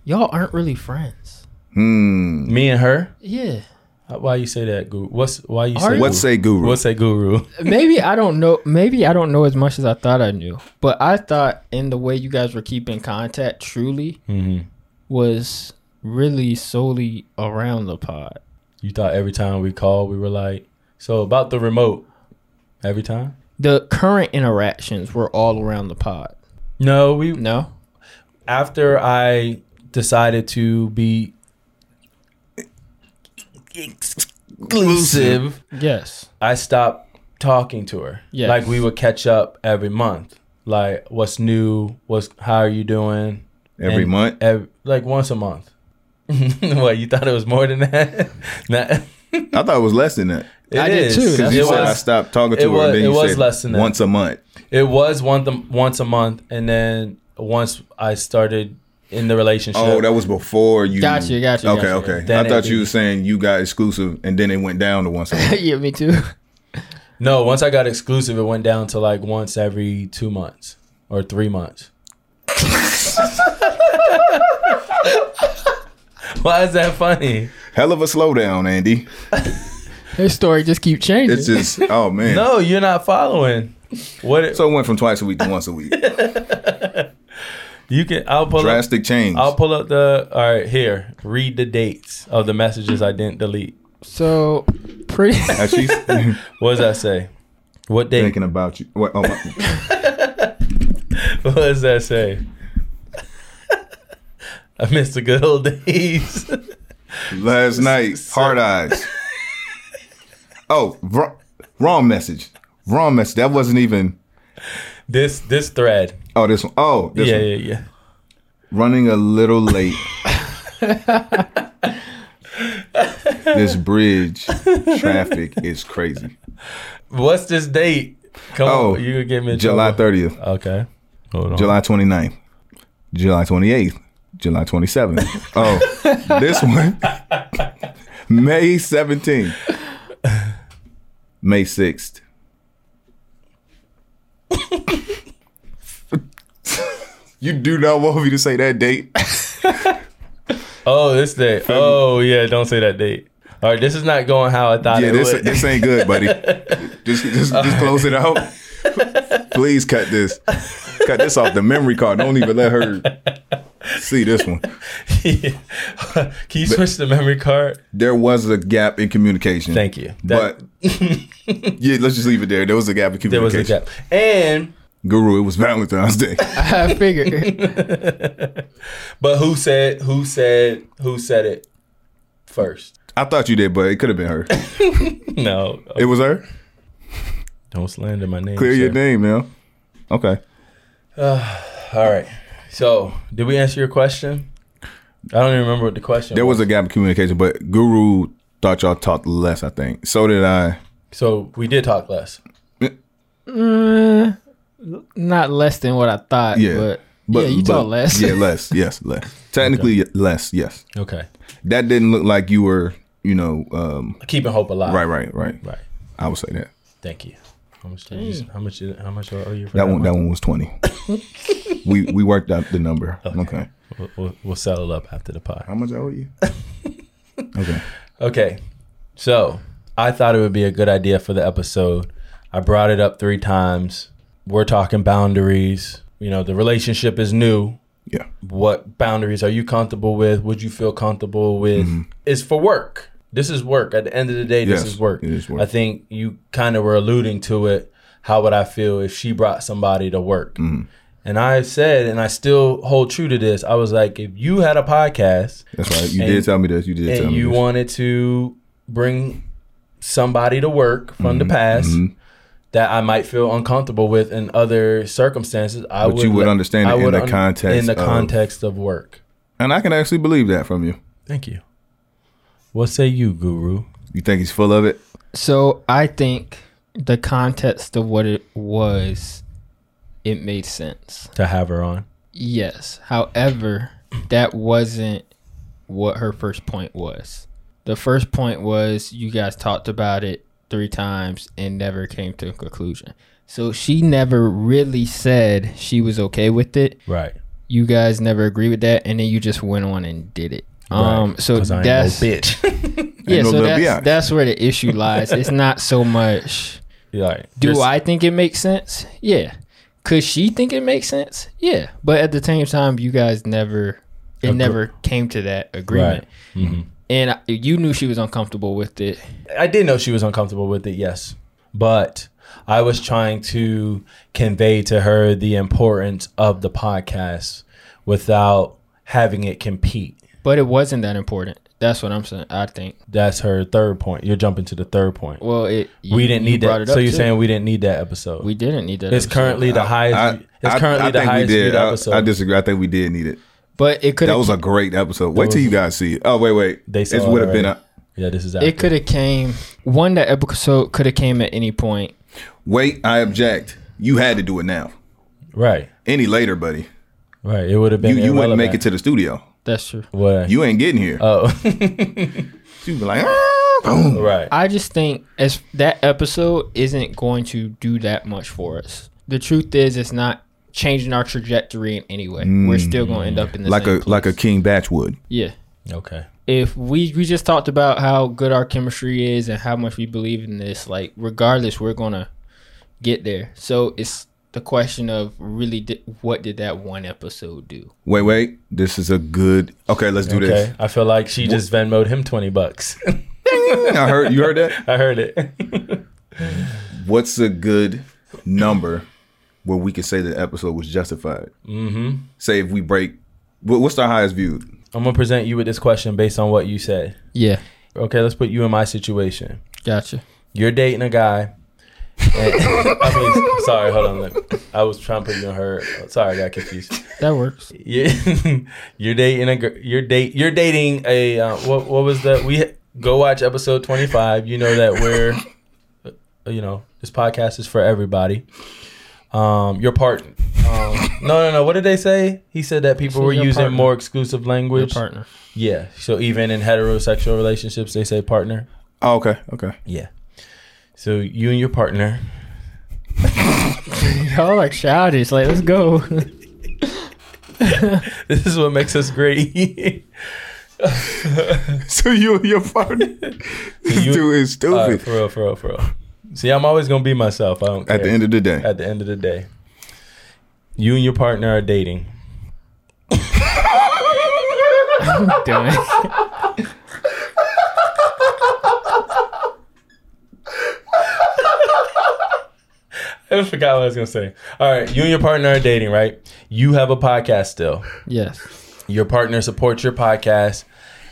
Speaker 3: Y'all aren't really friends.
Speaker 2: Hmm.
Speaker 1: me and her.
Speaker 3: Yeah.
Speaker 1: Why you say that? Guru? What's why you
Speaker 3: Are
Speaker 1: say?
Speaker 3: you-
Speaker 2: What say guru?
Speaker 1: What say guru?
Speaker 3: Maybe I don't know. Maybe I don't know as much as I thought I knew. But I thought in the way you guys were keeping contact truly
Speaker 1: hmm
Speaker 3: was really solely around the pod.
Speaker 1: You thought every time we called, we were like, so about the remote. Every time?
Speaker 3: The current interactions were all around the pod.
Speaker 1: No, we
Speaker 3: No?
Speaker 1: after I decided to be exclusive,
Speaker 3: Yes.
Speaker 1: I stopped talking to her.
Speaker 3: Yes.
Speaker 1: Like we would catch up every month. Like what's new? What's how are you doing?
Speaker 2: Every
Speaker 1: And
Speaker 2: month.
Speaker 1: ev- like once a month. what you thought it was more than that? Not,
Speaker 2: I thought it was less than that.
Speaker 1: It
Speaker 3: I did
Speaker 1: is.
Speaker 3: too.
Speaker 2: Because
Speaker 3: That's
Speaker 2: you
Speaker 1: It
Speaker 3: why-
Speaker 2: said I
Speaker 1: was,
Speaker 2: stopped talking to
Speaker 1: it
Speaker 2: her.
Speaker 1: was-
Speaker 2: and then
Speaker 1: it
Speaker 2: you
Speaker 1: was
Speaker 2: said
Speaker 1: less than that.
Speaker 2: once a month.
Speaker 1: it was one th- once a month, and then once I started in the relationship,
Speaker 2: Oh, that was before you.
Speaker 3: Gotcha, gotcha,
Speaker 2: Okay,
Speaker 3: gotcha.
Speaker 2: okay.
Speaker 1: Then
Speaker 2: I thought
Speaker 1: it-
Speaker 2: you were saying you got exclusive, and then it went down to once a month.
Speaker 3: yeah, me too.
Speaker 1: No, once I got exclusive, it went down to like once every two months or three months. Why is that funny?
Speaker 2: Hell of a slowdown, Andy.
Speaker 3: His story just keep changing.
Speaker 2: It's just oh man.
Speaker 1: No, you're not following. What it,
Speaker 2: So it went from twice a week to once a week.
Speaker 1: you can? I'll pull up.
Speaker 2: Drastic change.
Speaker 1: I'll pull up the. All right, here. Read the dates of the messages I didn't delete.
Speaker 3: so pretty
Speaker 2: As she's
Speaker 1: What does that say? What date?
Speaker 2: thinking about you. What, oh my,
Speaker 1: What does that say? I missed the good old days.
Speaker 2: last night, hard eyes. Oh, wr- wrong message. Wrong message. That wasn't even.
Speaker 1: this this thread.
Speaker 2: Oh, this one. Oh, this
Speaker 1: yeah,
Speaker 2: one.
Speaker 1: yeah, yeah.
Speaker 2: Running a little late. this bridge traffic is crazy.
Speaker 1: What's this date? Come
Speaker 2: Oh,
Speaker 1: on, you can give me a
Speaker 2: July 30th,
Speaker 1: Okay. Hold on.
Speaker 2: July 29th, July 28th, July 27th. Oh, this one, May 17th, May 6th. you do not want me to say that date.
Speaker 1: Oh, this date. Oh yeah, don't say that date. All right, this is not going how I thought
Speaker 2: Yeah,
Speaker 1: it
Speaker 2: this,
Speaker 1: would.
Speaker 2: this ain't good, buddy. Just just, just close it out. Please cut this. Cut this off the memory card. Don't even let her see this one.
Speaker 1: Can you switch the memory card?
Speaker 2: There was a gap in communication.
Speaker 1: Thank you. That-
Speaker 2: but yeah, let's just leave it there. There was a gap in communication.
Speaker 1: There was a gap, and
Speaker 2: Guru, it was Valentine's Day.
Speaker 3: I figured.
Speaker 1: but who said who said who said it first?
Speaker 2: I thought you did, but it could have been her.
Speaker 1: No,
Speaker 2: It was her.
Speaker 1: don't slander my name.
Speaker 2: Clear your
Speaker 1: sir.
Speaker 2: name, man. Okay.
Speaker 1: All right. So, did we answer your question? I don't even remember what the question.
Speaker 2: There
Speaker 1: was.
Speaker 2: was a gap in communication, but Guru thought y'all talked less. I think so. Did I?
Speaker 1: So we did talk less.
Speaker 3: Mm, not less than what I thought.
Speaker 2: Yeah.
Speaker 3: But, yeah, you
Speaker 2: but-
Speaker 3: thought less.
Speaker 2: yeah, less. Yes, less. Technically, less. Yes.
Speaker 1: Okay.
Speaker 2: That didn't look like you were, you know, um,
Speaker 1: Keeping hope alive.
Speaker 2: right, right, right.
Speaker 1: Right.
Speaker 2: I would say that.
Speaker 1: Thank you. How much? Did you, how much? Did, how much are you? For
Speaker 2: That one, that one was twenty. we we worked out the number. Okay.
Speaker 1: We'll, we'll, we'll settle up after the pod.
Speaker 2: How much I owe you? okay.
Speaker 1: Okay. So I thought it would be a good idea for the episode. I brought it up three times. We're talking boundaries. You know, the relationship is new.
Speaker 2: Yeah.
Speaker 1: What boundaries are you comfortable with? Would you feel comfortable with? It's for work. This is work. At the end of the day,
Speaker 2: Mm-hmm. Yes,
Speaker 1: this is work.
Speaker 2: it is work.
Speaker 1: I think you kind of were alluding to it. How would I feel if she brought somebody to work?
Speaker 2: Mm-hmm.
Speaker 1: And I said, and I still hold true to this. I was like, if you had a podcast
Speaker 2: That's right. You
Speaker 1: And-
Speaker 2: did tell me this. You did tell
Speaker 1: and
Speaker 2: me
Speaker 1: you
Speaker 2: this.
Speaker 1: wanted to bring somebody to work from the
Speaker 2: Mm-hmm.
Speaker 1: past that I might feel uncomfortable with in other circumstances, I
Speaker 2: But
Speaker 1: would.
Speaker 2: you would
Speaker 1: let-
Speaker 2: understand it
Speaker 1: I
Speaker 2: in
Speaker 1: would
Speaker 2: the context
Speaker 1: in the
Speaker 2: of-
Speaker 1: context of work.
Speaker 2: and I can actually believe that from you.
Speaker 1: Thank you. What say you, Guru?
Speaker 2: You think he's full of it?
Speaker 3: So I think the context of what it was, it made sense.
Speaker 1: To have her on?
Speaker 3: Yes. However, that wasn't what her first point was. The first point was you guys talked about it three times and never came to a conclusion. So she never really said she was okay with it.
Speaker 1: Right.
Speaker 3: You guys never agree with that, and then you just went on and did it. Um, so
Speaker 1: Because I ain't
Speaker 3: that's
Speaker 1: no bitch.
Speaker 3: yeah.
Speaker 2: Ain't no
Speaker 3: so
Speaker 2: little
Speaker 3: that's
Speaker 2: biatch.
Speaker 3: that's where the issue lies. it's not so much
Speaker 1: Yeah, like,
Speaker 3: do
Speaker 1: just-
Speaker 3: I think it makes sense? Yeah. Could she think it makes sense? Yeah. But at the same time, you guys never, it
Speaker 1: Agree-
Speaker 3: never came to that agreement.
Speaker 2: Mm-hmm.
Speaker 1: Mhm.
Speaker 3: And I, you knew she was uncomfortable with it.
Speaker 1: I did know she was uncomfortable with it, yes. But I was trying to convey to her the importance of the podcast without having it compete.
Speaker 3: But it wasn't that important. That's what I'm saying. I think.
Speaker 1: That's her third point. You're jumping to the third point.
Speaker 3: Well, it. you-
Speaker 1: we didn't
Speaker 3: you
Speaker 1: need
Speaker 3: brought
Speaker 1: that.
Speaker 3: it
Speaker 1: So
Speaker 3: up
Speaker 1: you're
Speaker 3: too.
Speaker 1: saying we didn't need that episode.
Speaker 3: we didn't need that?
Speaker 1: it's
Speaker 3: episode.
Speaker 1: currently the highest. it's currently the highest
Speaker 2: we
Speaker 1: viewed
Speaker 2: did. I-
Speaker 1: episode.
Speaker 2: I, disagree. I think we did need it.
Speaker 3: But it could.
Speaker 2: That was a great episode. Wait till you guys see it. Oh wait, wait.
Speaker 1: They saw
Speaker 2: it
Speaker 1: it
Speaker 2: would have been a
Speaker 1: already. yeah, this is
Speaker 3: It
Speaker 1: after.
Speaker 3: could have came. One that episode could have came at any point.
Speaker 2: wait. I object. You had to do it now.
Speaker 1: right,
Speaker 2: Any later, buddy.
Speaker 1: right. It would have been.
Speaker 2: You you wouldn't make
Speaker 1: irrelevant.
Speaker 2: it to the studio.
Speaker 3: That's true.
Speaker 1: What?
Speaker 2: You ain't getting here.
Speaker 1: oh,
Speaker 2: You'd be like, "Ah, boom.
Speaker 1: right.
Speaker 3: I just think as that episode isn't going to do that much for us. The truth is, it's not changing our trajectory in any way. We're still going to end up in the
Speaker 2: Like
Speaker 3: same
Speaker 2: a like a King Batch would.
Speaker 3: yeah.
Speaker 1: okay.
Speaker 3: If we we just talked about how good our chemistry is and how much we believe in this, like regardless, we're gonna get there. So it's the question of really di- what did that one episode do?
Speaker 2: Wait, wait. This is a good. Okay, let's do
Speaker 1: Okay. I feel like she just Venmoed him twenty bucks.
Speaker 2: this. I heard you heard that.
Speaker 1: I heard it.
Speaker 2: What's a good number where we could say the episode was justified? Mm-hmm. Say if we break. what- What's our highest viewed?
Speaker 1: I'm gonna present you with this question based on what you said.
Speaker 3: Yeah,
Speaker 1: Okay, let's put you in my situation.
Speaker 3: gotcha.
Speaker 1: You're dating a guy. and- I mean, sorry, hold on. Look. I was trying to put you in her. Sorry, I got confused.
Speaker 3: That works.
Speaker 1: Yeah, you're dating a gir- you're date you're dating a uh, what what was that? We go watch episode 25. You know that we're uh, you know this podcast is for everybody. Um, your partner. Um, no, no, no. What did they say? He said that people
Speaker 3: said
Speaker 1: were
Speaker 3: your
Speaker 1: using
Speaker 3: partner.
Speaker 1: more exclusive language.
Speaker 3: partner.
Speaker 1: Yeah. So even in heterosexual relationships, they say partner.
Speaker 2: Oh, okay, okay.
Speaker 1: Yeah. So you and your partner,
Speaker 3: Y'all like childish. Like let's go.
Speaker 1: this is what makes us great.
Speaker 2: So you and your partner. This
Speaker 1: you-
Speaker 2: dude is stupid.
Speaker 1: All right, for real, for real, for real. See, I'm always gonna be myself. I don't care.
Speaker 2: At the end of the day,
Speaker 1: At the end of the day, you and your partner are dating.
Speaker 3: Damn it.
Speaker 1: I forgot what I was gonna say. All right, you and your partner are dating, right? You have a podcast still.
Speaker 3: Yes.
Speaker 1: Your partner supports your podcast,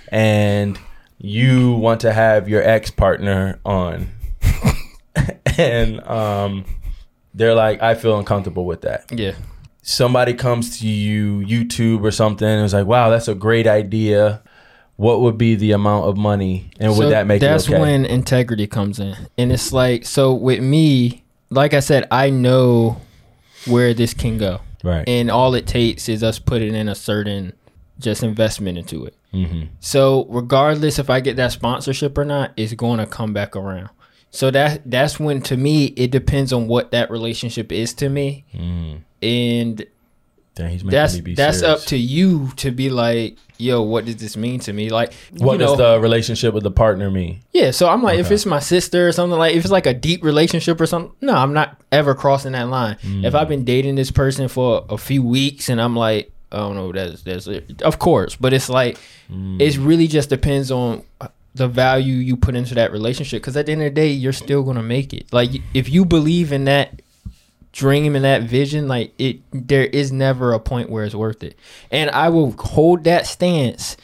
Speaker 1: and you want to have your ex partner on, and um, they're like, I feel uncomfortable with that.
Speaker 3: Yeah.
Speaker 1: somebody comes to you YouTube or something and is like, "Wow, that's a great idea." What would be the amount of money, and would
Speaker 3: So
Speaker 1: that make
Speaker 3: that's
Speaker 1: it okay?
Speaker 3: when integrity comes in and it's like so with me like I said, I know where this can go.
Speaker 1: Right.
Speaker 3: And all it takes is us putting in a certain just investment into it.
Speaker 1: mm-hmm.
Speaker 3: So regardless if I get that sponsorship or not, it's going to come back around. So that that's when to me it depends on what that relationship is to me,
Speaker 1: Mm.
Speaker 3: and
Speaker 1: Damn, he's making
Speaker 3: that's
Speaker 1: me be
Speaker 3: that's
Speaker 1: serious.
Speaker 3: up to you to be like, yo, what does this mean to me? Like,
Speaker 1: What
Speaker 3: you
Speaker 1: does
Speaker 3: know,
Speaker 1: the relationship with the partner mean?
Speaker 3: yeah. So I'm like, if it's my sister or something like, if it's like a deep relationship or something, no, I'm not ever crossing that line.
Speaker 1: Mm.
Speaker 3: If I've been dating this person for a few weeks and I'm like, I don't know, that's that's it. of course, but it's like,
Speaker 1: Mm.
Speaker 3: it really just depends on the value you put into that relationship because at the end of the day, you're still gonna make it. Like if you believe in that dream and that vision, like it, there is never a point where it's worth it. And I will hold that stance.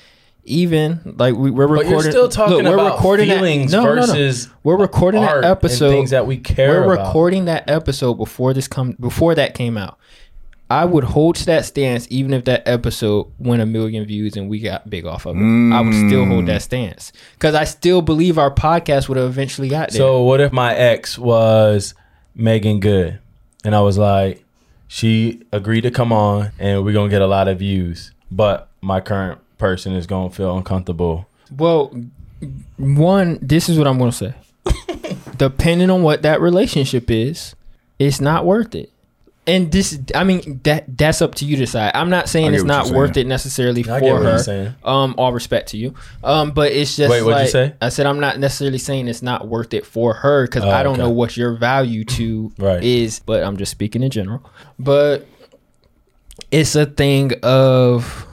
Speaker 3: Even like we, we're
Speaker 1: But
Speaker 3: recording,
Speaker 1: you're still talking
Speaker 3: look, we're
Speaker 1: about
Speaker 3: recording that-
Speaker 1: feelings
Speaker 3: no, no, no.
Speaker 1: versus
Speaker 3: We're recording
Speaker 1: art
Speaker 3: that
Speaker 1: and
Speaker 3: episode.
Speaker 1: things that we care
Speaker 3: We're
Speaker 1: about.
Speaker 3: recording that episode before this come before that came out. I would hold to that stance even if that episode went a million views and we got big off of it. I would still
Speaker 1: Mm.
Speaker 3: hold that stance because I still believe our podcast would have eventually got there.
Speaker 1: So what if my ex was Megan Good, and I was like, she agreed to come on, and we're gonna get a lot of views, but my current person is gonna feel uncomfortable.
Speaker 3: well, one, this is what I'm going to say. Depending on what that relationship is, it's not worth it. And this, I mean, that that's up to you to decide. I'm not
Speaker 2: I
Speaker 3: saying
Speaker 2: get
Speaker 3: it's
Speaker 2: what you're
Speaker 3: not worth
Speaker 2: saying.
Speaker 3: it necessarily
Speaker 1: I
Speaker 3: for
Speaker 1: get what you're
Speaker 3: her.
Speaker 1: saying.
Speaker 3: Um, all respect to you. Um, but it's just
Speaker 1: Wait, what'd you
Speaker 3: like-
Speaker 1: say?
Speaker 3: I said I'm not necessarily saying it's not worth it for her because
Speaker 1: Oh,
Speaker 3: I don't
Speaker 1: okay.
Speaker 3: know what your value to
Speaker 1: Right.
Speaker 3: is. But I'm just speaking in general. But it's a thing of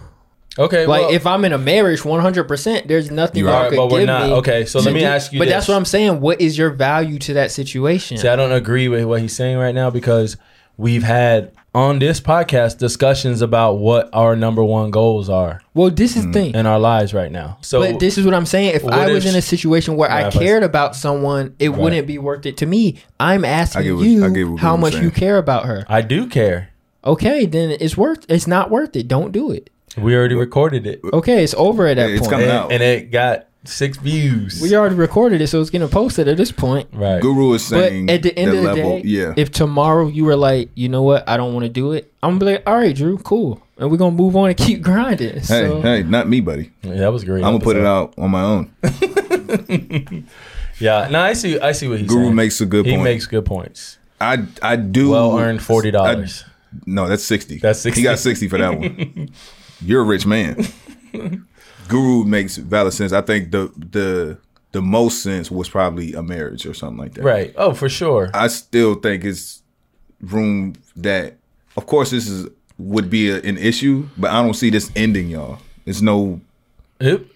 Speaker 1: Okay,
Speaker 3: like
Speaker 1: well,
Speaker 3: if I'm in a marriage, 100, percent there's nothing
Speaker 1: You're
Speaker 3: y'all
Speaker 1: right,
Speaker 3: could
Speaker 1: but we're
Speaker 3: give
Speaker 1: not.
Speaker 3: me
Speaker 1: Okay, so
Speaker 3: to
Speaker 1: let me
Speaker 3: do-
Speaker 1: ask you
Speaker 3: But
Speaker 1: this.
Speaker 3: that's what I'm saying. What is your value to that situation?
Speaker 1: See, I don't agree with what he's saying right now because we've had on this podcast discussions about what our number one goals are
Speaker 3: well, this
Speaker 2: Mm-hmm.
Speaker 3: is the thing.
Speaker 1: in our lives right now. So
Speaker 3: but this is what I'm saying. If
Speaker 1: What
Speaker 3: I was
Speaker 1: if-
Speaker 3: in a situation where
Speaker 1: Yeah,
Speaker 3: I
Speaker 1: if I-
Speaker 3: cared about someone, it wouldn't be worth it to me. I'm
Speaker 2: I get
Speaker 3: asking
Speaker 2: what- I get
Speaker 3: you
Speaker 2: what
Speaker 3: how
Speaker 2: Google's
Speaker 3: much you
Speaker 2: saying.
Speaker 3: care about her.
Speaker 1: I do care.
Speaker 3: Okay, then it's worth. It's not worth it. Don't do it.
Speaker 1: We already recorded it,
Speaker 3: Okay, it's over at that
Speaker 2: It's
Speaker 3: point.
Speaker 2: coming
Speaker 1: and,
Speaker 2: out. No.
Speaker 1: and it got six views.
Speaker 3: We already recorded it, so it's getting posted at this point.
Speaker 1: right.
Speaker 2: Guru is
Speaker 3: But
Speaker 2: saying
Speaker 3: at the end of the day,
Speaker 2: yeah.
Speaker 3: if tomorrow you were like, you know what, I don't want to do it, I'm gonna be like, all right, Drew, cool, and we're gonna move on and keep grinding.
Speaker 2: hey,
Speaker 3: so,
Speaker 2: hey, not me, buddy.
Speaker 1: Yeah, that was great.
Speaker 2: I'm gonna put it out on my own.
Speaker 1: Yeah, no, I see. I see what he's
Speaker 2: Guru
Speaker 1: saying.
Speaker 2: makes a good
Speaker 1: he
Speaker 2: point.
Speaker 1: makes good points.
Speaker 2: I I do
Speaker 1: Well earned forty dollars.
Speaker 2: I- No, that's sixty.
Speaker 1: That's 60.
Speaker 2: He got sixty for that one. You're a rich man. Guru makes valid sense. I think the the the most sense was probably a marriage or something like that.
Speaker 1: Right. Oh, for sure.
Speaker 2: I still think it's room that, of course, this is would be a, an issue, but I don't see this ending, y'all. It's no,
Speaker 1: It,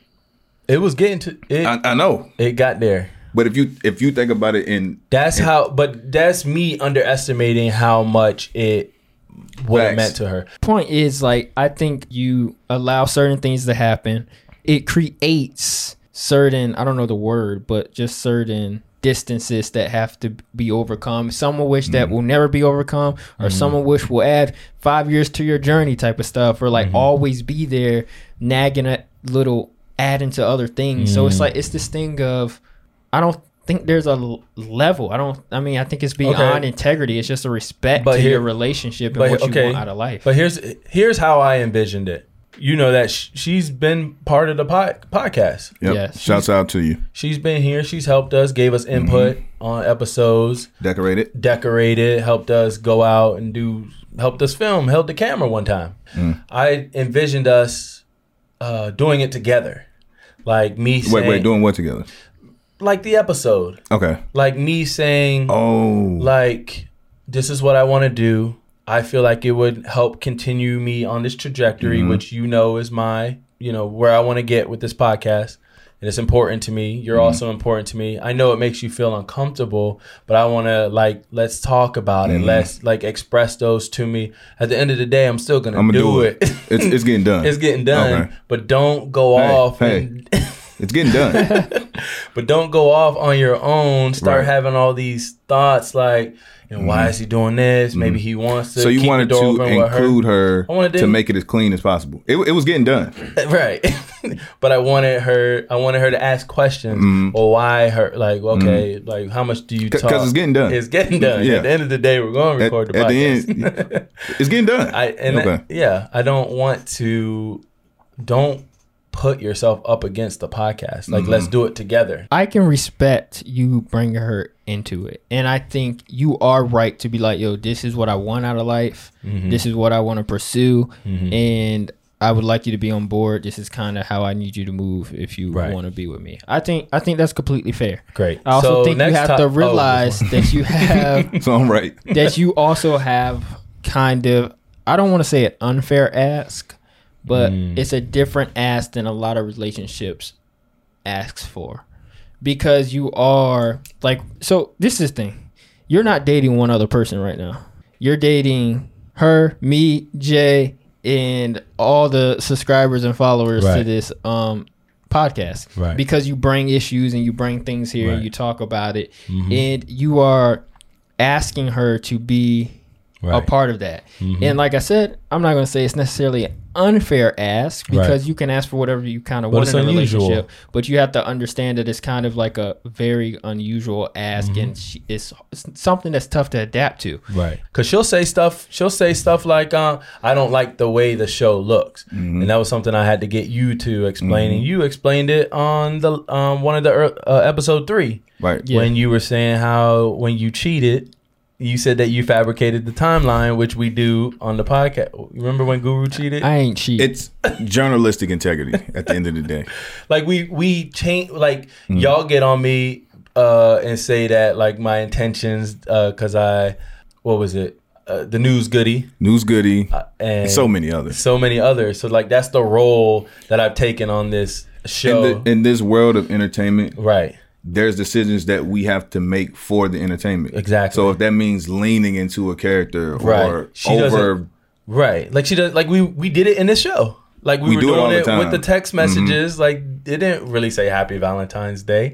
Speaker 1: it was getting to it.
Speaker 2: I, I know,
Speaker 1: it got there.
Speaker 2: but if you if you think about it, in
Speaker 1: That's how. But that's me underestimating how much it what it
Speaker 2: Facts.
Speaker 1: meant to her.
Speaker 3: point is like, I think you allow certain things to happen. It creates certain, I don't know the word, but just certain distances that have to be overcome. Some of which
Speaker 1: Mm-hmm.
Speaker 3: that will never be overcome, or some of which will add five years to your journey type of stuff, or
Speaker 1: Mm-hmm.
Speaker 3: like always be there nagging a little adding to other things. So
Speaker 1: Mm.
Speaker 3: it's like it's this thing of I don't think there's a l- level. I don't I mean I think it's beyond integrity. It's just a respect
Speaker 1: But
Speaker 3: to
Speaker 1: here-
Speaker 3: your relationship and
Speaker 1: but
Speaker 3: what
Speaker 1: okay,
Speaker 3: you want out of life.
Speaker 1: But here's here's how I envisioned it. You know that sh- she's been part of the pod- podcast.
Speaker 2: yep.
Speaker 3: Yes.
Speaker 2: Shouts out to you,
Speaker 1: She's been here. She's helped us, gave us input
Speaker 2: Mm-hmm.
Speaker 1: on episodes,
Speaker 2: decorated.
Speaker 1: decorated, helped us go out and do, helped us film, held the camera one time.
Speaker 2: Mm.
Speaker 1: I envisioned us uh, doing it together, like me saying,
Speaker 2: Wait, wait, doing what together?
Speaker 1: like the episode,
Speaker 2: Okay.
Speaker 1: like me saying,
Speaker 2: Oh,
Speaker 1: like this is what I want to do. I feel like it would help continue me on this trajectory,
Speaker 2: Mm-hmm.
Speaker 1: which you know is my, you know, where I want to get with this podcast. And it's important to me.
Speaker 2: Mm-hmm.
Speaker 1: You're also important to me. I know it makes you feel uncomfortable, but I want to like let's talk about
Speaker 2: Mm-hmm.
Speaker 1: it. Let's like express those to me. At the end of the day, I'm still gonna,
Speaker 2: I'm gonna
Speaker 1: do,
Speaker 2: do,
Speaker 1: it.
Speaker 2: it. it's it's getting done.
Speaker 1: it's getting done,
Speaker 2: Okay.
Speaker 1: but don't go
Speaker 2: Hey,
Speaker 1: off.
Speaker 2: hey.
Speaker 1: And,
Speaker 2: It's getting done.
Speaker 1: but don't go off on your own. Start
Speaker 2: Right. Mm-hmm.
Speaker 1: having all these thoughts like, You know, why is he doing this? Maybe he wants to.
Speaker 2: So you
Speaker 1: keep
Speaker 2: wanted
Speaker 1: the door
Speaker 2: to
Speaker 1: open with her.
Speaker 2: include her,
Speaker 1: I wanted
Speaker 2: to
Speaker 1: to-
Speaker 2: make it as clean as possible. It, it was getting done.
Speaker 1: right but i wanted her i wanted her to ask questions or why her like okay like how much do you talk
Speaker 2: Mm-hmm. 'cause it's getting done.
Speaker 1: it's getting done
Speaker 2: Yeah.
Speaker 1: at the end of the day we're going to
Speaker 2: At,
Speaker 1: record the
Speaker 2: at the
Speaker 1: podcast
Speaker 2: end, it's getting done.
Speaker 1: i and
Speaker 2: okay.
Speaker 1: that- yeah i don't want to don't put yourself up against the podcast like
Speaker 2: Mm-hmm.
Speaker 1: let's do it together
Speaker 3: I can respect you bringing her into it. And I think you are right to be like, yo, this is what I want out of life.
Speaker 1: Mm-hmm.
Speaker 3: This is what I want to pursue. And I would like you to be on board. This is kind of how I need you to move if you
Speaker 1: Right.
Speaker 3: want to be with me. I think I think that's completely fair.
Speaker 1: Great.
Speaker 3: I also
Speaker 1: So
Speaker 3: think you
Speaker 1: next
Speaker 3: have
Speaker 1: top-
Speaker 3: to
Speaker 1: oh, this
Speaker 3: realize
Speaker 1: one.
Speaker 3: that you have
Speaker 2: so I'm right.
Speaker 3: that you also have kind of I don't want to say an unfair ask, but it's a different ask than a lot of relationships asks for. Because you are like so this is the thing. You're not dating one other person right now. You're dating her, me, Jay, and all the subscribers and followers to
Speaker 1: Right.
Speaker 3: this um podcast.
Speaker 1: Right.
Speaker 3: Because you bring issues and you bring things here and
Speaker 1: Right. Mm-hmm.
Speaker 3: you talk about it and you are asking her to be a
Speaker 1: Right. Mm-hmm.
Speaker 3: part of that. And like I said, I'm not going to say it's necessarily an unfair ask
Speaker 1: Right.
Speaker 3: because you can ask for whatever you kind of want
Speaker 1: it's
Speaker 3: in a
Speaker 1: unusual.
Speaker 3: relationship, but you have to understand that it's kind of like a very unusual ask
Speaker 1: Mm-hmm.
Speaker 3: and she, it's, it's something that's tough to adapt to.
Speaker 1: Right. Cause she'll say stuff. She'll say stuff like, um, "I don't like the way the show looks,"
Speaker 3: Mm-hmm.
Speaker 1: and that was something I had to get you to explain, and you explained it on the um one of the ear- uh, episode three
Speaker 2: Right.
Speaker 3: Yeah.
Speaker 1: when you were saying how when you cheated. You said that you fabricated the timeline, which we do on the podcast. Remember when Guru cheated?
Speaker 3: I ain't cheating.
Speaker 2: It's journalistic integrity at the end of the day.
Speaker 1: like we we change. Like
Speaker 3: Mm.
Speaker 1: y'all get on me uh, and say that like my intentions because I what was it uh, the news goody
Speaker 2: News goody,
Speaker 1: and
Speaker 2: so many others.
Speaker 1: so many others. So like that's the role that I've taken on this
Speaker 2: In,
Speaker 1: show.
Speaker 2: the, in this world of entertainment,
Speaker 1: right.
Speaker 2: there's decisions that we have to make for the entertainment.
Speaker 1: Exactly.
Speaker 2: So if that means leaning into a character or
Speaker 1: Right. She
Speaker 2: over,
Speaker 1: doesn't- Right. Like she does like we we did it in this show. Like we,
Speaker 2: We
Speaker 1: were
Speaker 2: do it
Speaker 1: doing
Speaker 2: all the
Speaker 1: it
Speaker 2: time. Mm-hmm.
Speaker 1: with the text messages. Like it didn't really say happy Valentine's Day.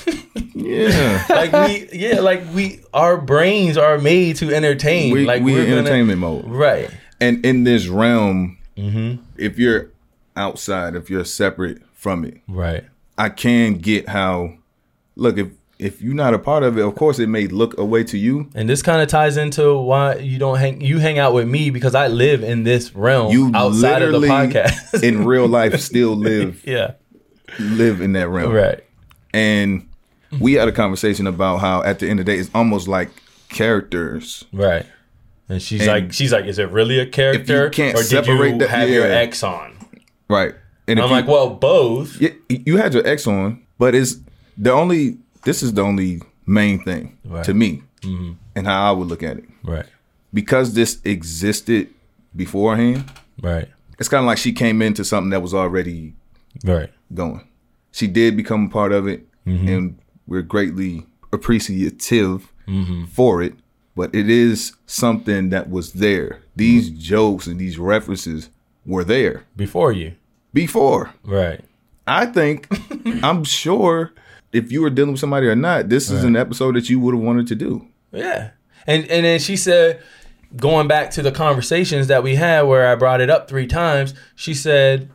Speaker 2: yeah,
Speaker 1: Like we yeah, like we our brains are made to entertain.
Speaker 2: we,
Speaker 1: like
Speaker 2: we
Speaker 1: we're
Speaker 2: in
Speaker 1: gonna-
Speaker 2: entertainment mode.
Speaker 1: Right.
Speaker 2: and in this realm,
Speaker 1: Mm-hmm.
Speaker 2: if you're outside, if you're separate from it,
Speaker 1: Right.
Speaker 2: I can get how. Look, if if you're not a part of it, of course it may look away to you.
Speaker 1: And this kind of ties into why you don't hang you hang out with me because I live in this realm
Speaker 2: You
Speaker 1: outside of the
Speaker 2: literally
Speaker 1: podcast.
Speaker 2: in real life still live
Speaker 1: yeah.
Speaker 2: live in that realm.
Speaker 1: Right.
Speaker 2: And we had a conversation about how at the end of the day it's almost like characters.
Speaker 1: Right. And she's
Speaker 2: And-
Speaker 1: like, she's like, is it really a character,
Speaker 2: can't
Speaker 1: or did
Speaker 2: separate
Speaker 1: you
Speaker 2: that-
Speaker 1: have your
Speaker 2: yeah.
Speaker 1: ex on?
Speaker 2: Right. And
Speaker 1: I'm
Speaker 2: you,
Speaker 1: like, well, both.
Speaker 2: Yeah, you had your ex on, but it's the only. This is the only main thing
Speaker 1: Right. Mm-hmm.
Speaker 2: to me, and how I would look at it
Speaker 1: Right.
Speaker 2: because this existed beforehand.
Speaker 1: Right.
Speaker 2: It's kind of like she came into something that was already
Speaker 1: Right.
Speaker 2: going. She did become a part of it,
Speaker 1: Mm-hmm.
Speaker 2: and we're greatly appreciative
Speaker 1: Mm-hmm.
Speaker 2: for it. But it is something that was there. These
Speaker 1: Mm-hmm.
Speaker 2: jokes and these references were there
Speaker 1: Before you.
Speaker 2: before.
Speaker 1: Right.
Speaker 2: I think I'm sure if you were dealing with somebody or not, this is an episode that you would have wanted to do.
Speaker 1: Yeah. And and then she said, going back to the conversations that we had where I brought it up three times, she said,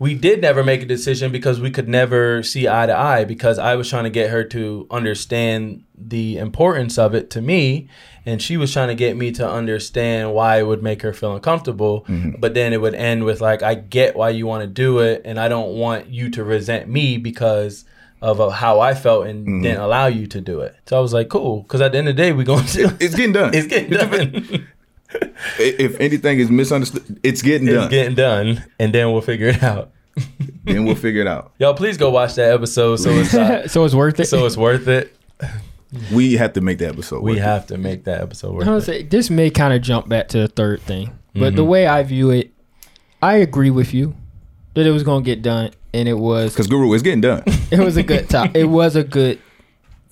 Speaker 1: We did never make a decision because we could never see eye to eye because I was trying to get her to understand the importance of it to me. And she was trying to get me to understand why it would make her feel uncomfortable.
Speaker 2: Mm-hmm.
Speaker 1: But then it would end with, like, I get why you want to do it. And I don't want you to resent me because of uh, how I felt and
Speaker 2: Mm-hmm.
Speaker 1: didn't allow you to do it. So I was like, cool. Because at the end of the day, we're going to.
Speaker 2: It's getting done.
Speaker 1: It's getting done.
Speaker 2: I- if anything is misunderstood, it's getting done.
Speaker 1: it's getting done, and then we'll figure it out.
Speaker 2: then we'll figure it out.
Speaker 1: Y'all, please go watch that episode so it's not,
Speaker 3: so it's worth it.
Speaker 1: so it's worth it.
Speaker 2: We have to make the episode.
Speaker 1: We
Speaker 2: work.
Speaker 1: have to make that episode
Speaker 3: I
Speaker 1: worth it.
Speaker 3: was
Speaker 1: Mm-hmm.
Speaker 3: gonna say, this may kind of jump back to the third thing, but the way I view it, I agree with you that it was gonna get done, and it was
Speaker 2: Cause Guru, it's getting done.
Speaker 3: it was a good top. It was a good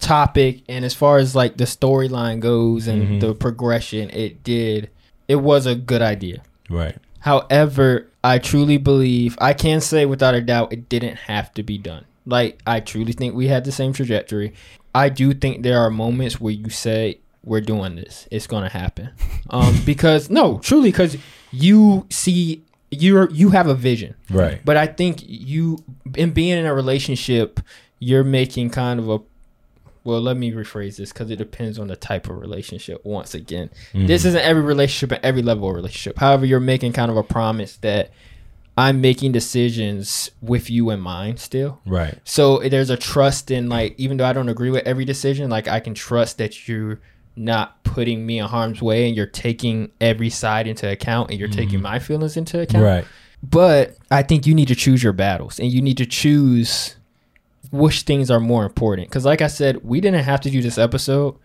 Speaker 3: topic, and as far as like the storyline goes and
Speaker 1: Mm-hmm.
Speaker 3: the progression, it did. It was a good idea.
Speaker 1: Right.
Speaker 3: However, I truly believe I can say without a doubt it didn't have to be done. Like I truly think we had the same trajectory. I do think there are moments where you say we're doing this. It's gonna happen. Um, because no, truly, because you see, you're you have a vision,
Speaker 1: Right.
Speaker 3: but I think you in being in a relationship, you're making kind of a well, let me rephrase this because it depends on the type of relationship. Once again, this isn't every relationship and every level of relationship. However, you're making kind of a promise that I'm making decisions with you in mind still.
Speaker 1: Right.
Speaker 3: So there's a trust in like even though I don't agree with every decision, like I can trust that you're not putting me in harm's way and you're taking every side into account and you're taking my feelings into account.
Speaker 1: Right.
Speaker 3: But I think you need to choose your battles and you need to choose which things are more important. Because, like I said, we didn't have to do this episode.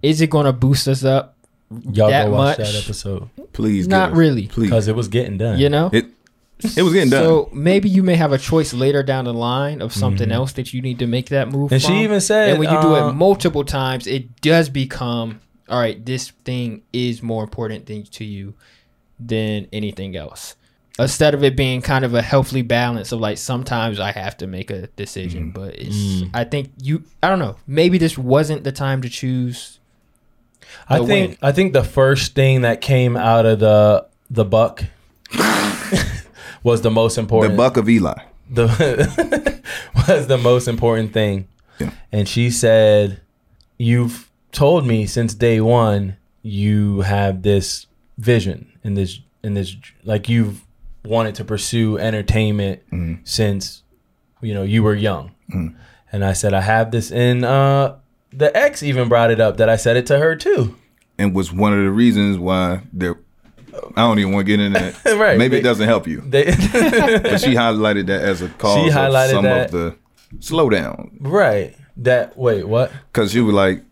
Speaker 3: Is it going to boost us up?
Speaker 1: Mm-hmm. Y'all
Speaker 3: That
Speaker 1: go watch
Speaker 3: much?
Speaker 1: that episode
Speaker 2: Please,
Speaker 3: Not
Speaker 2: give us-
Speaker 3: really.
Speaker 2: Please,
Speaker 1: because it was getting done.
Speaker 3: You know?
Speaker 2: it it was getting done.
Speaker 3: So maybe you may have a choice later down the line of something else that you need to make that move.
Speaker 1: Mm-hmm. And she
Speaker 3: from.
Speaker 1: even said,
Speaker 3: and when you do it
Speaker 1: um,
Speaker 3: multiple times, it does become all right. This thing is more important thing to you than anything else. Instead of it being kind of a healthy balance of like sometimes I have to make a decision, but it's I think you I don't know maybe this wasn't the time to choose.
Speaker 1: I
Speaker 3: the
Speaker 1: think
Speaker 3: win.
Speaker 1: I think the first thing that came out of the the buck was the most
Speaker 2: the
Speaker 1: important.
Speaker 2: buck of Eli.
Speaker 1: the was the most important thing.
Speaker 2: Yeah.
Speaker 1: And she said, "You've told me since day one you have this vision and this and this like you've wanted to pursue entertainment
Speaker 2: Mm-hmm.
Speaker 1: since you know you were young." And I said, "I have this." And uh, the ex even brought it up that I said it to her too.
Speaker 2: and was one of the reasons why there. I don't even want to get into that.
Speaker 1: Right.
Speaker 2: Maybe it
Speaker 1: They-
Speaker 2: doesn't help you.
Speaker 1: They,
Speaker 2: But she highlighted that as a cause
Speaker 1: She highlighted
Speaker 2: of some
Speaker 1: that.
Speaker 2: of the slowdown.
Speaker 1: right. That wait, what?
Speaker 2: Because she was like,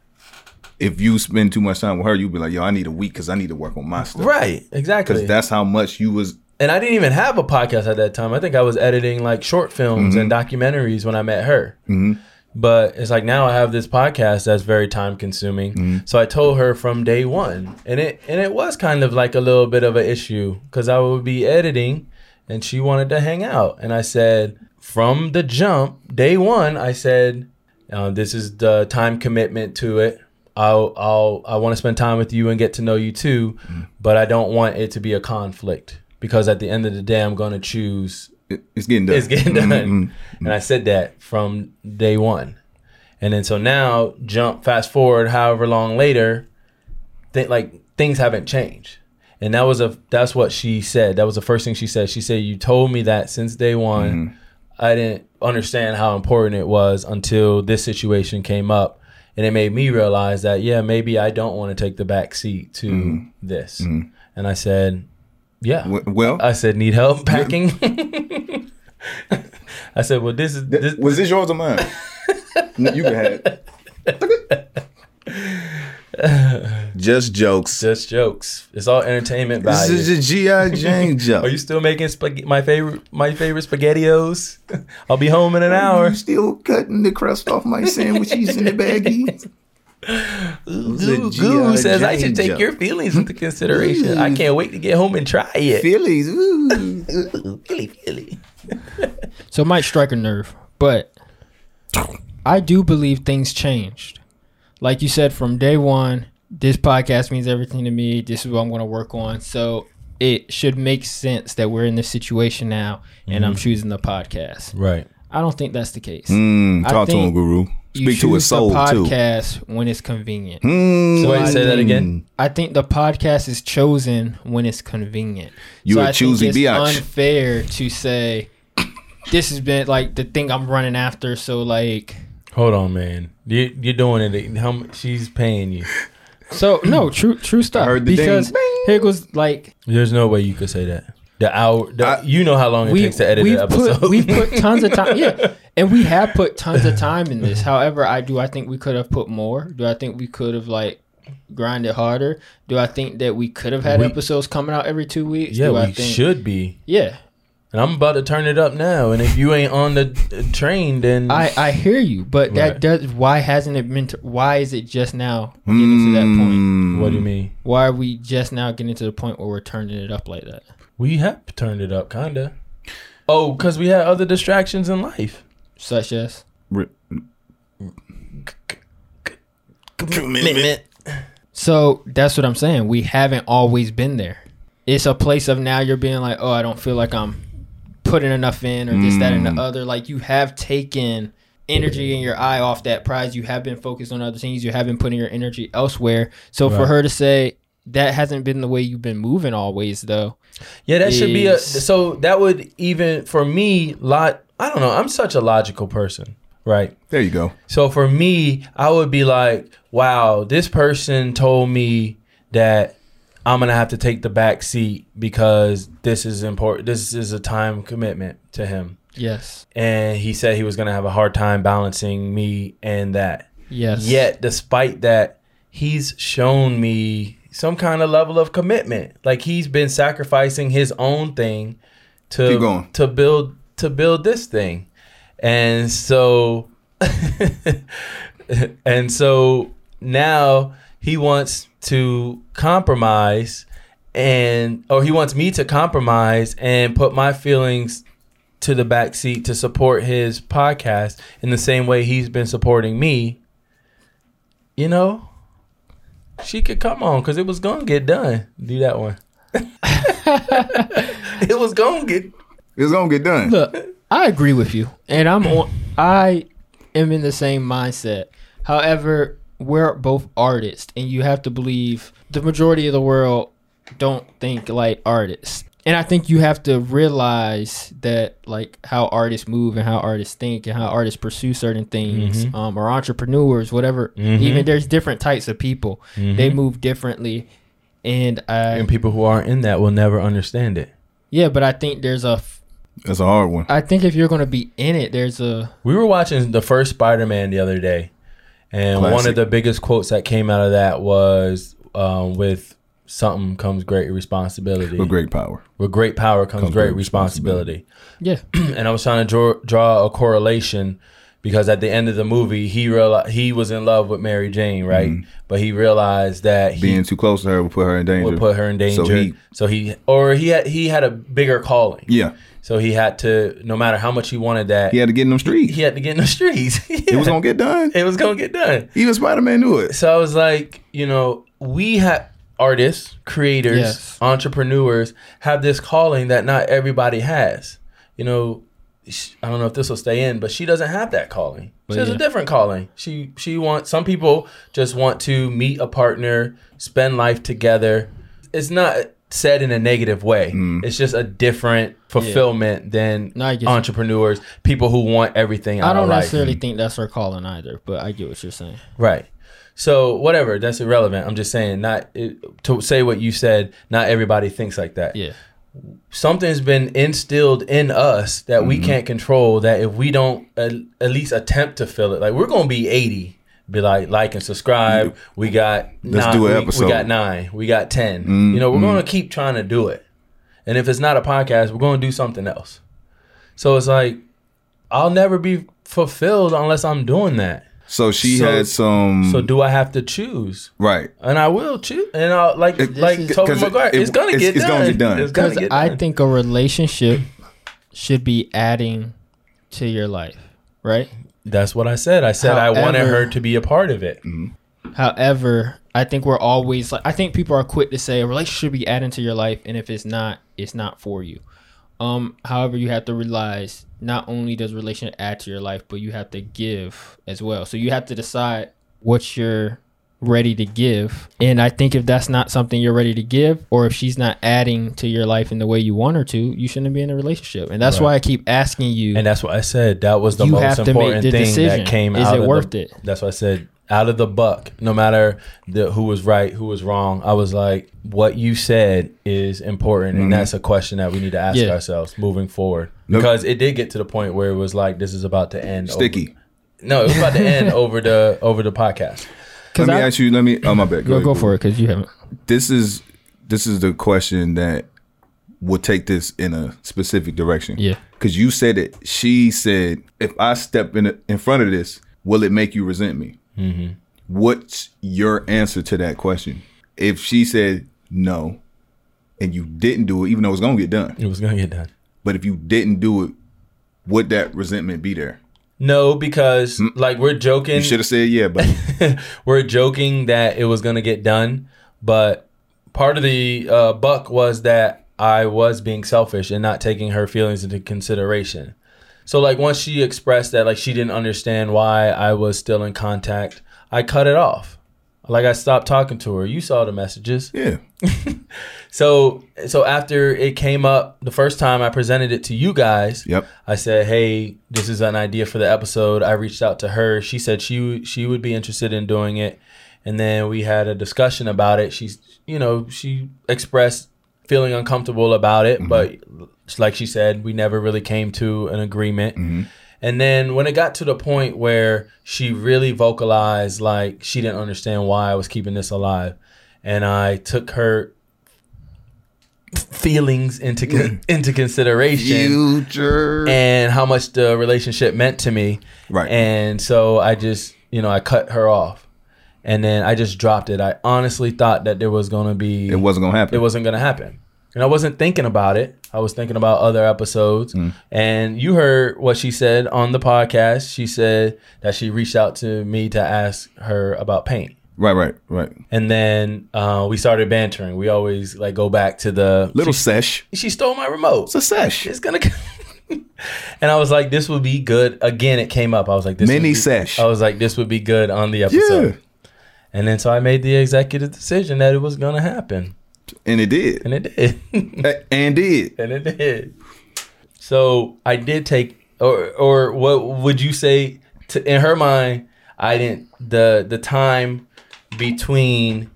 Speaker 2: if you spend too much time with her, you'd be like, yo, I need a week because I need to work on my stuff.
Speaker 1: Right. Exactly.
Speaker 2: Because that's how much you was.
Speaker 1: and I didn't even have a podcast at that time. I think I was editing like short films and documentaries when I met her. But it's like now I have this podcast that's very time consuming. So I told her from day one, and it and it was kind of like a little bit of an issue because I would be editing, and she wanted to hang out, and I said from the jump, day one, I said uh, this is the time commitment to it. I'll, I'll I want to spend time with you and get to know you too, but I don't want it to be a conflict because at the end of the day, I'm going to choose
Speaker 2: It, it's getting done. Mm-hmm. Mm,
Speaker 1: it's getting done. And I said that from day one. And then so now jump fast forward however long later, th- like things haven't changed. And that was a that's what she said. That was the first thing she said. She said, You told me that since day one. I didn't understand how important it was until this situation came up. And it made me realize that, yeah, maybe I don't want to take the back seat to this. And I said, Yeah.
Speaker 2: W- Mm-hmm. Well,
Speaker 1: I said, "Need help packing." I said, "Well, this is this,
Speaker 2: was this yours or mine? you can have it. Just jokes.
Speaker 1: just jokes. It's all entertainment
Speaker 2: This
Speaker 1: value."
Speaker 2: is a G.I. Jane joke.
Speaker 1: Are you still making spag- my favorite my favorite spaghettios? I'll be home in an hour.
Speaker 2: You still cutting the crust off my sandwiches in the baggie?
Speaker 1: Goo, Goo
Speaker 2: a G.I.
Speaker 1: says I
Speaker 2: Jane
Speaker 1: should take
Speaker 2: joke.
Speaker 1: your feelings into consideration. I can't wait to get home and try it.
Speaker 2: Phillies. Ooh.
Speaker 1: Philly, Philly.
Speaker 3: So it might strike a nerve, but I do believe things changed. Like you said, from day one, this podcast means everything to me. This is what I'm going to work on. So it should make sense that we're in this situation now and I'm choosing the podcast.
Speaker 1: Right.
Speaker 3: I don't think that's the case.
Speaker 2: Mm-hmm. Mm,
Speaker 3: I
Speaker 2: talk to him,
Speaker 3: think
Speaker 2: Guru.
Speaker 3: You
Speaker 2: Speak to his
Speaker 3: choose the
Speaker 2: soul too.
Speaker 3: podcast when it's convenient.
Speaker 2: Mm,
Speaker 3: So
Speaker 1: Wait, say that again.
Speaker 3: I think the podcast is chosen when it's convenient.
Speaker 2: You
Speaker 3: so
Speaker 2: a
Speaker 3: I think
Speaker 2: choosy
Speaker 3: it's
Speaker 2: biatch.
Speaker 3: unfair to say this has been like the thing I'm running after. So like,
Speaker 1: Hold on, man. You, you're doing it. How mu- she's paying you?
Speaker 3: so no, true, true stuff.
Speaker 2: heard the ding.
Speaker 3: because here goes like
Speaker 1: There's no way you could say that. The hour. The,
Speaker 2: I-
Speaker 1: you know how long it
Speaker 3: we
Speaker 1: takes to edit an
Speaker 3: we've
Speaker 1: episode.
Speaker 3: put we've put tons of time. Yeah, and we have put tons of time in this. However, I do I think we could have put more. Do I think we could have like grinded harder? Do I think that we could have had
Speaker 1: We-
Speaker 3: episodes coming out every two weeks?
Speaker 1: yeah,
Speaker 3: do
Speaker 1: we
Speaker 3: I think,
Speaker 1: should be.
Speaker 3: Yeah,
Speaker 1: And I'm about to turn it up now. And if you ain't on the uh, train, then
Speaker 3: I, I hear you, but that
Speaker 1: Right.
Speaker 3: does why hasn't it been? To, why is it just now getting to that point?
Speaker 2: Mm,
Speaker 1: what do you mean?
Speaker 3: Why are we just now getting to the point where we're turning it up like that?
Speaker 1: We have turned it up, kinda. Oh, because we had other distractions in life.
Speaker 3: Such as
Speaker 2: re-
Speaker 1: Commitment.
Speaker 3: So that's what I'm saying. We haven't always been there. It's a place of now you're being like, oh, I don't feel like I'm putting enough in or this, that, and the other. Like you have taken energy in your eye off that prize. You have been focused on other things. You have been putting your energy elsewhere. So for
Speaker 1: Right.
Speaker 3: her to say that hasn't been the way you've been moving always, though.
Speaker 1: Yeah, that should be a.
Speaker 3: is-
Speaker 1: So that would even for me, lot. I don't know. I'm such a logical person, right?
Speaker 2: There you go.
Speaker 1: So for me, I would be like, wow, this person told me that I'm gonna have to take the back seat because this is important. This is a time commitment to him,
Speaker 3: Yes.
Speaker 1: and he said he was gonna have a hard time balancing me and that.
Speaker 3: Yes.
Speaker 1: Yet, despite that, he's shown me some kind of level of commitment. Like he's been sacrificing his own thing to
Speaker 2: Keep going.
Speaker 1: to build to build this thing, and so and so now he wants to compromise and or he wants me to compromise and put my feelings to the back seat to support his podcast in the same way he's been supporting me you know she could come on because it was gonna get done do that one it was gonna get
Speaker 2: It's gonna get done.
Speaker 3: Look, I agree with you, and I'm on. I am in the same mindset. However, we're both artists, and you have to believe the majority of the world don't think like artists. And I think you have to realize that, like, how artists move and how artists think and how artists pursue certain things, um, or entrepreneurs, whatever. Even there's different types of people. They move differently, and I,
Speaker 1: and people who aren't in that will never understand it
Speaker 3: yeah. But I think there's a. f-
Speaker 2: That's a hard one.
Speaker 3: I think if you're gonna be in it, there's a
Speaker 1: We were watching the first Spider Man the other day, and one
Speaker 2: Classic.
Speaker 1: of the biggest quotes that came out of that was um, with something comes great responsibility.
Speaker 2: With great power.
Speaker 1: With great power comes, great, responsibility.
Speaker 3: yeah.
Speaker 1: and I was trying to draw, draw a correlation because at the end of the movie, he realized he was in love with Mary Jane, right? But he realized that he
Speaker 2: Mm-hmm. Being too close to her would put her in danger.
Speaker 1: would put her in danger.
Speaker 2: So he,
Speaker 1: so he or he had he had a bigger calling.
Speaker 2: yeah,
Speaker 1: So he had to, no matter how much he wanted that,
Speaker 2: he had to get in them streets.
Speaker 1: he had to get in the streets.
Speaker 2: It was gonna get done.
Speaker 1: it was gonna get done.
Speaker 2: Even Spider Man knew it.
Speaker 1: So I was like, you know, we have artists, creators,
Speaker 3: Yes.
Speaker 1: entrepreneurs have this calling that not everybody has. You know, sh- I don't know if this will stay in, but she doesn't have that calling. she has
Speaker 3: yeah.
Speaker 1: a different calling. She she wants some people just want to meet a partner, spend life together. It's not said in a negative way. It's just a different fulfillment than
Speaker 3: Mm. No, I get you.
Speaker 1: entrepreneurs, people who want everything. Out
Speaker 3: I don't
Speaker 1: of life.
Speaker 3: necessarily think that's her calling either, but I get what you're saying.
Speaker 1: Right. So whatever, that's irrelevant. I'm just saying, not it, to say what you said. Not everybody thinks like that.
Speaker 3: Yeah.
Speaker 1: Something's been instilled in us that
Speaker 2: Mm-hmm.
Speaker 1: we can't control. That if we don't at, at least attempt to fill it, like we're gonna be 80, be like like and subscribe. We got
Speaker 2: Let's
Speaker 1: nine,
Speaker 2: do an
Speaker 1: we- We,
Speaker 2: episode. Mm-hmm.
Speaker 1: got nine. We got 10 You know, we're gonna keep trying to do it. And if it's not a podcast, we're gonna do something else. So it's like I'll never be fulfilled unless I'm doing that.
Speaker 2: So she
Speaker 1: So-
Speaker 2: had some
Speaker 1: So do I have to choose?
Speaker 2: right.
Speaker 1: And I will choose. And I'll like
Speaker 2: It-
Speaker 1: like
Speaker 2: this is-
Speaker 1: Toby
Speaker 2: 'cause
Speaker 1: McGuire.
Speaker 2: it-
Speaker 1: it's gonna
Speaker 2: it's-
Speaker 1: get
Speaker 2: it's
Speaker 1: done.
Speaker 2: gonna get done.
Speaker 1: It's gonna
Speaker 3: Because
Speaker 1: get
Speaker 3: I
Speaker 1: done.
Speaker 3: think a relationship should be adding to your life, right?
Speaker 1: That's what I said. I said I wanted
Speaker 3: However-
Speaker 1: her to be a part of it.
Speaker 2: Mm-hmm.
Speaker 3: However, I think we're always like I think people are quick to say a relationship should be adding to your life, and if it's not, it's not for you. Um, however, you have to realize not only does relationship add to your life, but you have to give as well. So you have to decide what you're ready to give. And I think if that's not something you're ready to give, or if she's not adding to your life in the way you want her to, you shouldn't be in a relationship. And that's why I keep asking you.
Speaker 1: And that's what I said. That was the
Speaker 3: You have
Speaker 1: most
Speaker 3: to make
Speaker 1: important
Speaker 3: the
Speaker 1: thing
Speaker 3: decision.
Speaker 1: that came
Speaker 3: Is
Speaker 1: out
Speaker 3: it
Speaker 1: of
Speaker 3: worth
Speaker 1: the,
Speaker 3: it?
Speaker 1: That's what I said. Out of the buck, no matter the, who was right, who was wrong, I was like, "What you said is important,
Speaker 2: Mm-hmm.
Speaker 1: and that's a question that we need to ask
Speaker 3: Yeah.
Speaker 1: ourselves moving forward." Because it did get to the point where it was like, "This is about to end." over-
Speaker 2: Sticky.
Speaker 1: no, it was about to end over the over the podcast.
Speaker 2: Let
Speaker 3: 'Cause
Speaker 2: me
Speaker 3: I-
Speaker 2: ask you. Let me. Oh my bad.
Speaker 3: go,
Speaker 2: ahead,
Speaker 3: go for it because you haven't.
Speaker 2: This is this is the question that will take this in a specific direction.
Speaker 3: Yeah.
Speaker 2: Because you said it. She said, if I step in in front of this, will it make you resent me? Mm-hmm. What's your answer to that question? If she said no, and you didn't do it, even though it's gonna get done,
Speaker 1: It was gonna get done.
Speaker 2: but if you didn't do it, would that resentment be there?
Speaker 1: No, because like we're joking.
Speaker 2: You should have said yeah, but
Speaker 1: we're joking that it was gonna get done, but part of the uh, buck was that I was being selfish and not taking her feelings into consideration. So like once she expressed that like she didn't understand why I was still in contact, I cut it off. Like I stopped talking to her. You saw the messages.
Speaker 2: yeah.
Speaker 1: So so after it came up the first time I presented it to you guys,
Speaker 2: Yep.
Speaker 1: I said, "Hey, this is an idea for the episode." I reached out to her. She said she she would be interested in doing it, and then we had a discussion about it. She's you know she expressed feeling uncomfortable about it, but like she said, we never really came to an agreement. And then when it got to the point where she really vocalized like she didn't understand why I was keeping this alive, and I took her feelings into con- into consideration
Speaker 2: Future.
Speaker 1: and how much the relationship meant to me.
Speaker 2: Mm-hmm. Right.
Speaker 1: And so I just, you know, I cut her off. And then I just dropped it. I honestly thought that there was going to be
Speaker 2: it wasn't gonna happen.
Speaker 1: it wasn't going to happen. And I wasn't thinking about it. I was thinking about other episodes.
Speaker 2: Mm.
Speaker 1: And you heard what she said on the podcast. She said that she reached out to me to ask her about paint.
Speaker 2: right, right, right.
Speaker 1: And then uh, we started bantering. We always like go back to the
Speaker 2: Little sesh.
Speaker 1: She, she stole my remote
Speaker 2: It's a sesh.
Speaker 1: it's gonna and i was like this would be good again it came up i was like this
Speaker 2: Mini
Speaker 1: would be-
Speaker 2: sesh.
Speaker 1: i was like this would be good on the
Speaker 2: Yeah.
Speaker 1: episode and then so i made the executive decision that it was gonna happen
Speaker 2: And it did.
Speaker 1: and it did and
Speaker 2: A- And did.
Speaker 1: it did so i did take or or what would you say to, in her mind i didn't the the time between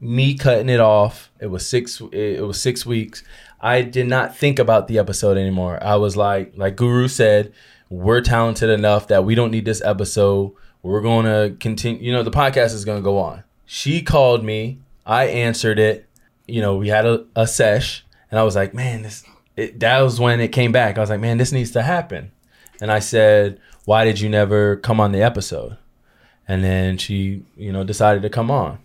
Speaker 1: me cutting it off it was six it was six weeks i did not think about the episode anymore i was like like guru said we're talented enough that we don't need this episode we're gonna continue you know the podcast is gonna go on she called me i answered it you know we had a, a sesh and i was like man this it, that was when it came back i was like man this needs to happen and i said why did you never come on the episode and then she you know decided to come on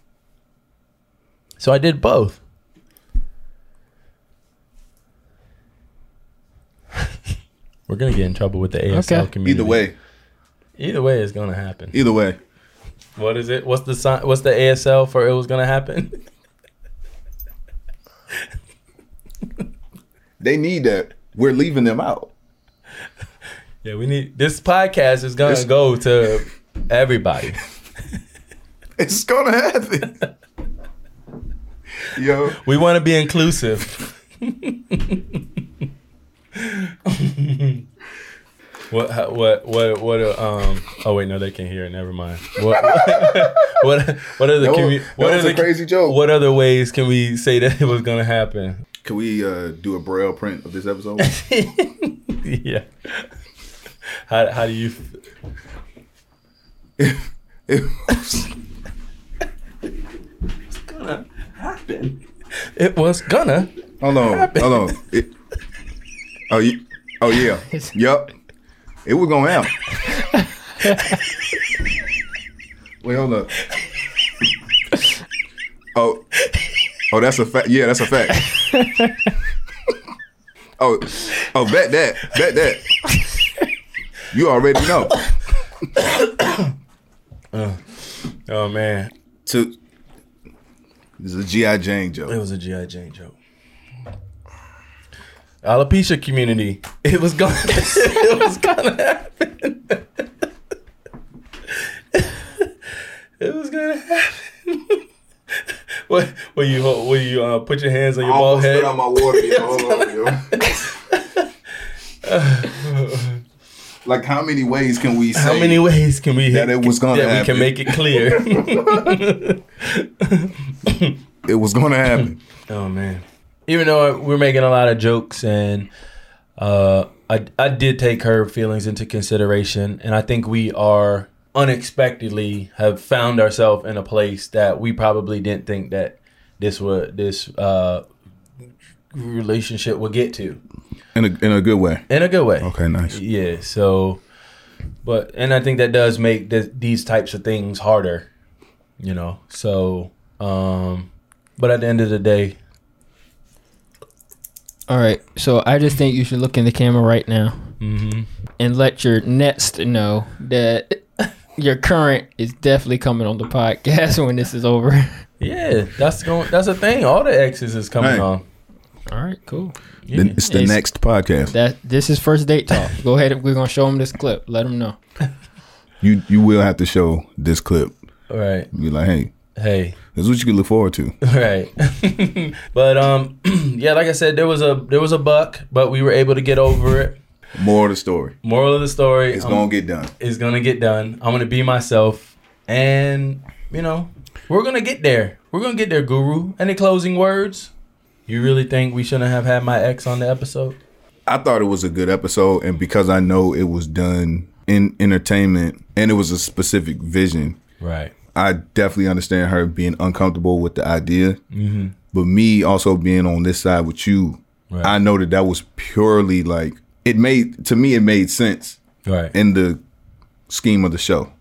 Speaker 1: so I did both. We're gonna get in trouble with the ASL
Speaker 3: Okay.
Speaker 1: community.
Speaker 2: Either way. E-
Speaker 1: either way, it's gonna happen.
Speaker 2: Either way.
Speaker 1: What is it? What's the sign? What's the ASL for? It was gonna happen.
Speaker 2: They need that. We're leaving them out.
Speaker 1: yeah, we need this podcast is gonna
Speaker 2: This-
Speaker 1: go to everybody.
Speaker 2: It's gonna happen. Yo.
Speaker 1: We want to be inclusive. what how- what what what uh, um oh wait no they can hear it never mind what what what are the
Speaker 2: That
Speaker 1: can
Speaker 2: was-
Speaker 1: we,
Speaker 2: that
Speaker 1: what
Speaker 2: was
Speaker 1: are
Speaker 2: a
Speaker 1: the-
Speaker 2: crazy joke.
Speaker 1: what other ways can we say that it was gonna happen
Speaker 2: Can we uh, do a braille print of this episode?
Speaker 1: yeah how how do you f- it was gonna
Speaker 2: hold on, hold on. It- oh, you, oh yeah, yep. It was gonna happen. Wait, hold up. Oh, oh, that's a fact. Yeah, that's a fact. Oh, oh, bet that, bet that. You already know.
Speaker 1: oh man
Speaker 2: To this is a GI Jane
Speaker 1: it
Speaker 2: joke.
Speaker 1: was a GI Jane joke alopecia community it was gonna it was gonna happen it was gonna happen what will you hold- will you uh, put your hands on your bald head
Speaker 2: my water. Yo. Hold on, yo. like, how many ways can we say?
Speaker 1: How many ways can we
Speaker 2: that it was gonna
Speaker 1: that we
Speaker 2: happen.
Speaker 1: can make it clear?
Speaker 2: it was going to happen?
Speaker 1: oh man! Even though we're making a lot of jokes and uh, I I did take her feelings into consideration, and I think we are unexpectedly have found ourselves in a place that we probably didn't think that this would this uh, relationship would get to
Speaker 2: In a in a good way.
Speaker 1: in a good way.
Speaker 2: Okay, nice.
Speaker 1: Yeah. So, but and I think that does make th- these types of things harder, you know. So, um, but at the end of the day,
Speaker 3: All right. So I just think you should look in the camera right now
Speaker 1: Mm-hmm.
Speaker 3: and let your next know that your current is definitely coming on the podcast when this is over.
Speaker 1: Yeah, that's going. That's a thing. All the X's is coming
Speaker 2: Hey.
Speaker 1: on.
Speaker 3: All right. Cool.
Speaker 1: Yeah.
Speaker 2: Then it's the
Speaker 3: It's-
Speaker 2: next podcast.
Speaker 3: That this is first date talk. Go ahead. We're gonna show them this clip. Let them know.
Speaker 2: You you will have to show this clip.
Speaker 1: All right.
Speaker 2: Be like, hey,
Speaker 1: Hey.
Speaker 2: this is what you can look forward to.
Speaker 1: Right. but um yeah, like I said, there was a there was a buck, but we were able to get over it.
Speaker 2: More of the story.
Speaker 1: Moral of the story
Speaker 2: It's
Speaker 1: um,
Speaker 2: gonna get done.
Speaker 1: is gonna get done. I'm gonna be myself. And you know, we're gonna get there. We're gonna get there, Guru. Any closing words? You really think we shouldn't have had my ex on the episode?
Speaker 2: I thought it was a good episode, and because I know it was done in entertainment and it was a specific vision,
Speaker 1: Right.
Speaker 2: I definitely understand her being uncomfortable with the idea. But me also being on this side with you,
Speaker 1: Mm-hmm. Right.
Speaker 2: I know that that was purely like it made to me. It made sense
Speaker 1: Right.
Speaker 2: in the scheme of the show.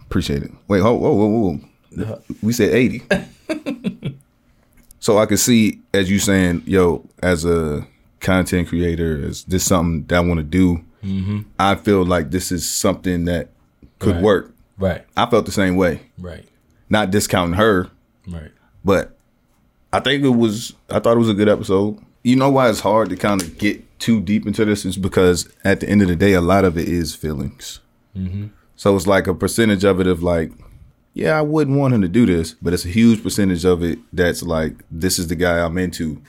Speaker 2: Appreciate it. Wait, whoa, whoa, whoa, whoa. We said eighty. so I could see as you saying, yo, as a content creator, is this something that I want to do? I feel like this is something that
Speaker 1: Mm-hmm.
Speaker 2: could
Speaker 1: Right.
Speaker 2: work.
Speaker 1: right.
Speaker 2: I felt the same way.
Speaker 1: Right.
Speaker 2: Not discounting her,
Speaker 1: Right.
Speaker 2: but I think it was. I thought it was a good episode. You know why it's hard to kind of get too deep into this is because at the end of the day, a lot of it is feelings. So it's like a percentage of it of like, yeah, I wouldn't want him to do this, but it's a huge percentage of it that's like, this is the guy I'm into.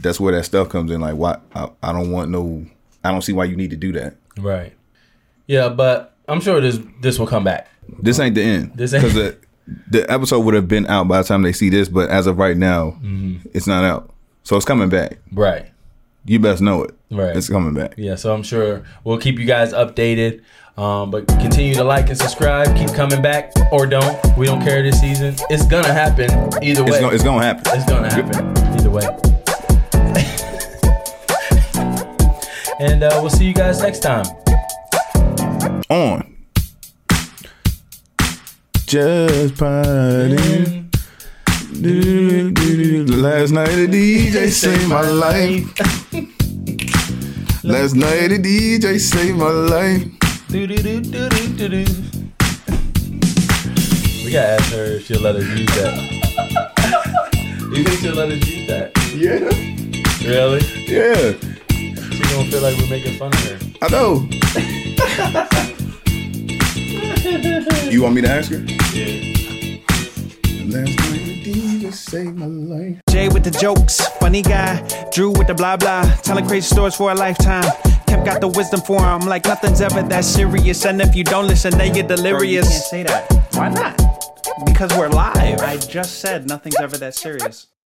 Speaker 2: That's where that stuff comes in. Like, why I, I don't want no. I don't see why you need to do that.
Speaker 1: Right. Yeah, but I'm sure this this will come back.
Speaker 2: This ain't the end.
Speaker 1: This ain't-
Speaker 2: 'Cause the, the episode would have been out by the time they see this, but as of right now,
Speaker 1: Mm-hmm.
Speaker 2: it's not out. So it's coming back.
Speaker 1: Right.
Speaker 2: You best know it.
Speaker 1: Right.
Speaker 2: It's coming back.
Speaker 1: Yeah, so I'm sure we'll keep you guys updated. Um, but continue to like and subscribe. Keep coming back or don't. We don't care this season. It's gonna happen either way.
Speaker 2: It's gonna, it's gonna happen.
Speaker 1: It's gonna happen either way. and uh, we'll see you guys next time.
Speaker 2: On. Just partying. Last night the DJ saved my life. Last night the DJ saved my life.
Speaker 1: Do-do-do-do-do-do-do. We gotta ask her if she'll let us use that. you think she'll let us use that?
Speaker 2: Yeah.
Speaker 1: Really?
Speaker 2: Yeah.
Speaker 1: She gonna feel like we're making fun of her.
Speaker 2: I know. you want me to ask her? Last night the DJ saved my life.
Speaker 4: Jay with the jokes, funny guy. Drew with the blah blah, telling crazy stories for a lifetime. Kemp got the wisdom for him, like nothing's ever that serious. And if you don't listen, then you're delirious.
Speaker 5: Bro, you can't say that.
Speaker 4: Why not? Because we're live.
Speaker 5: I just said nothing's ever that serious.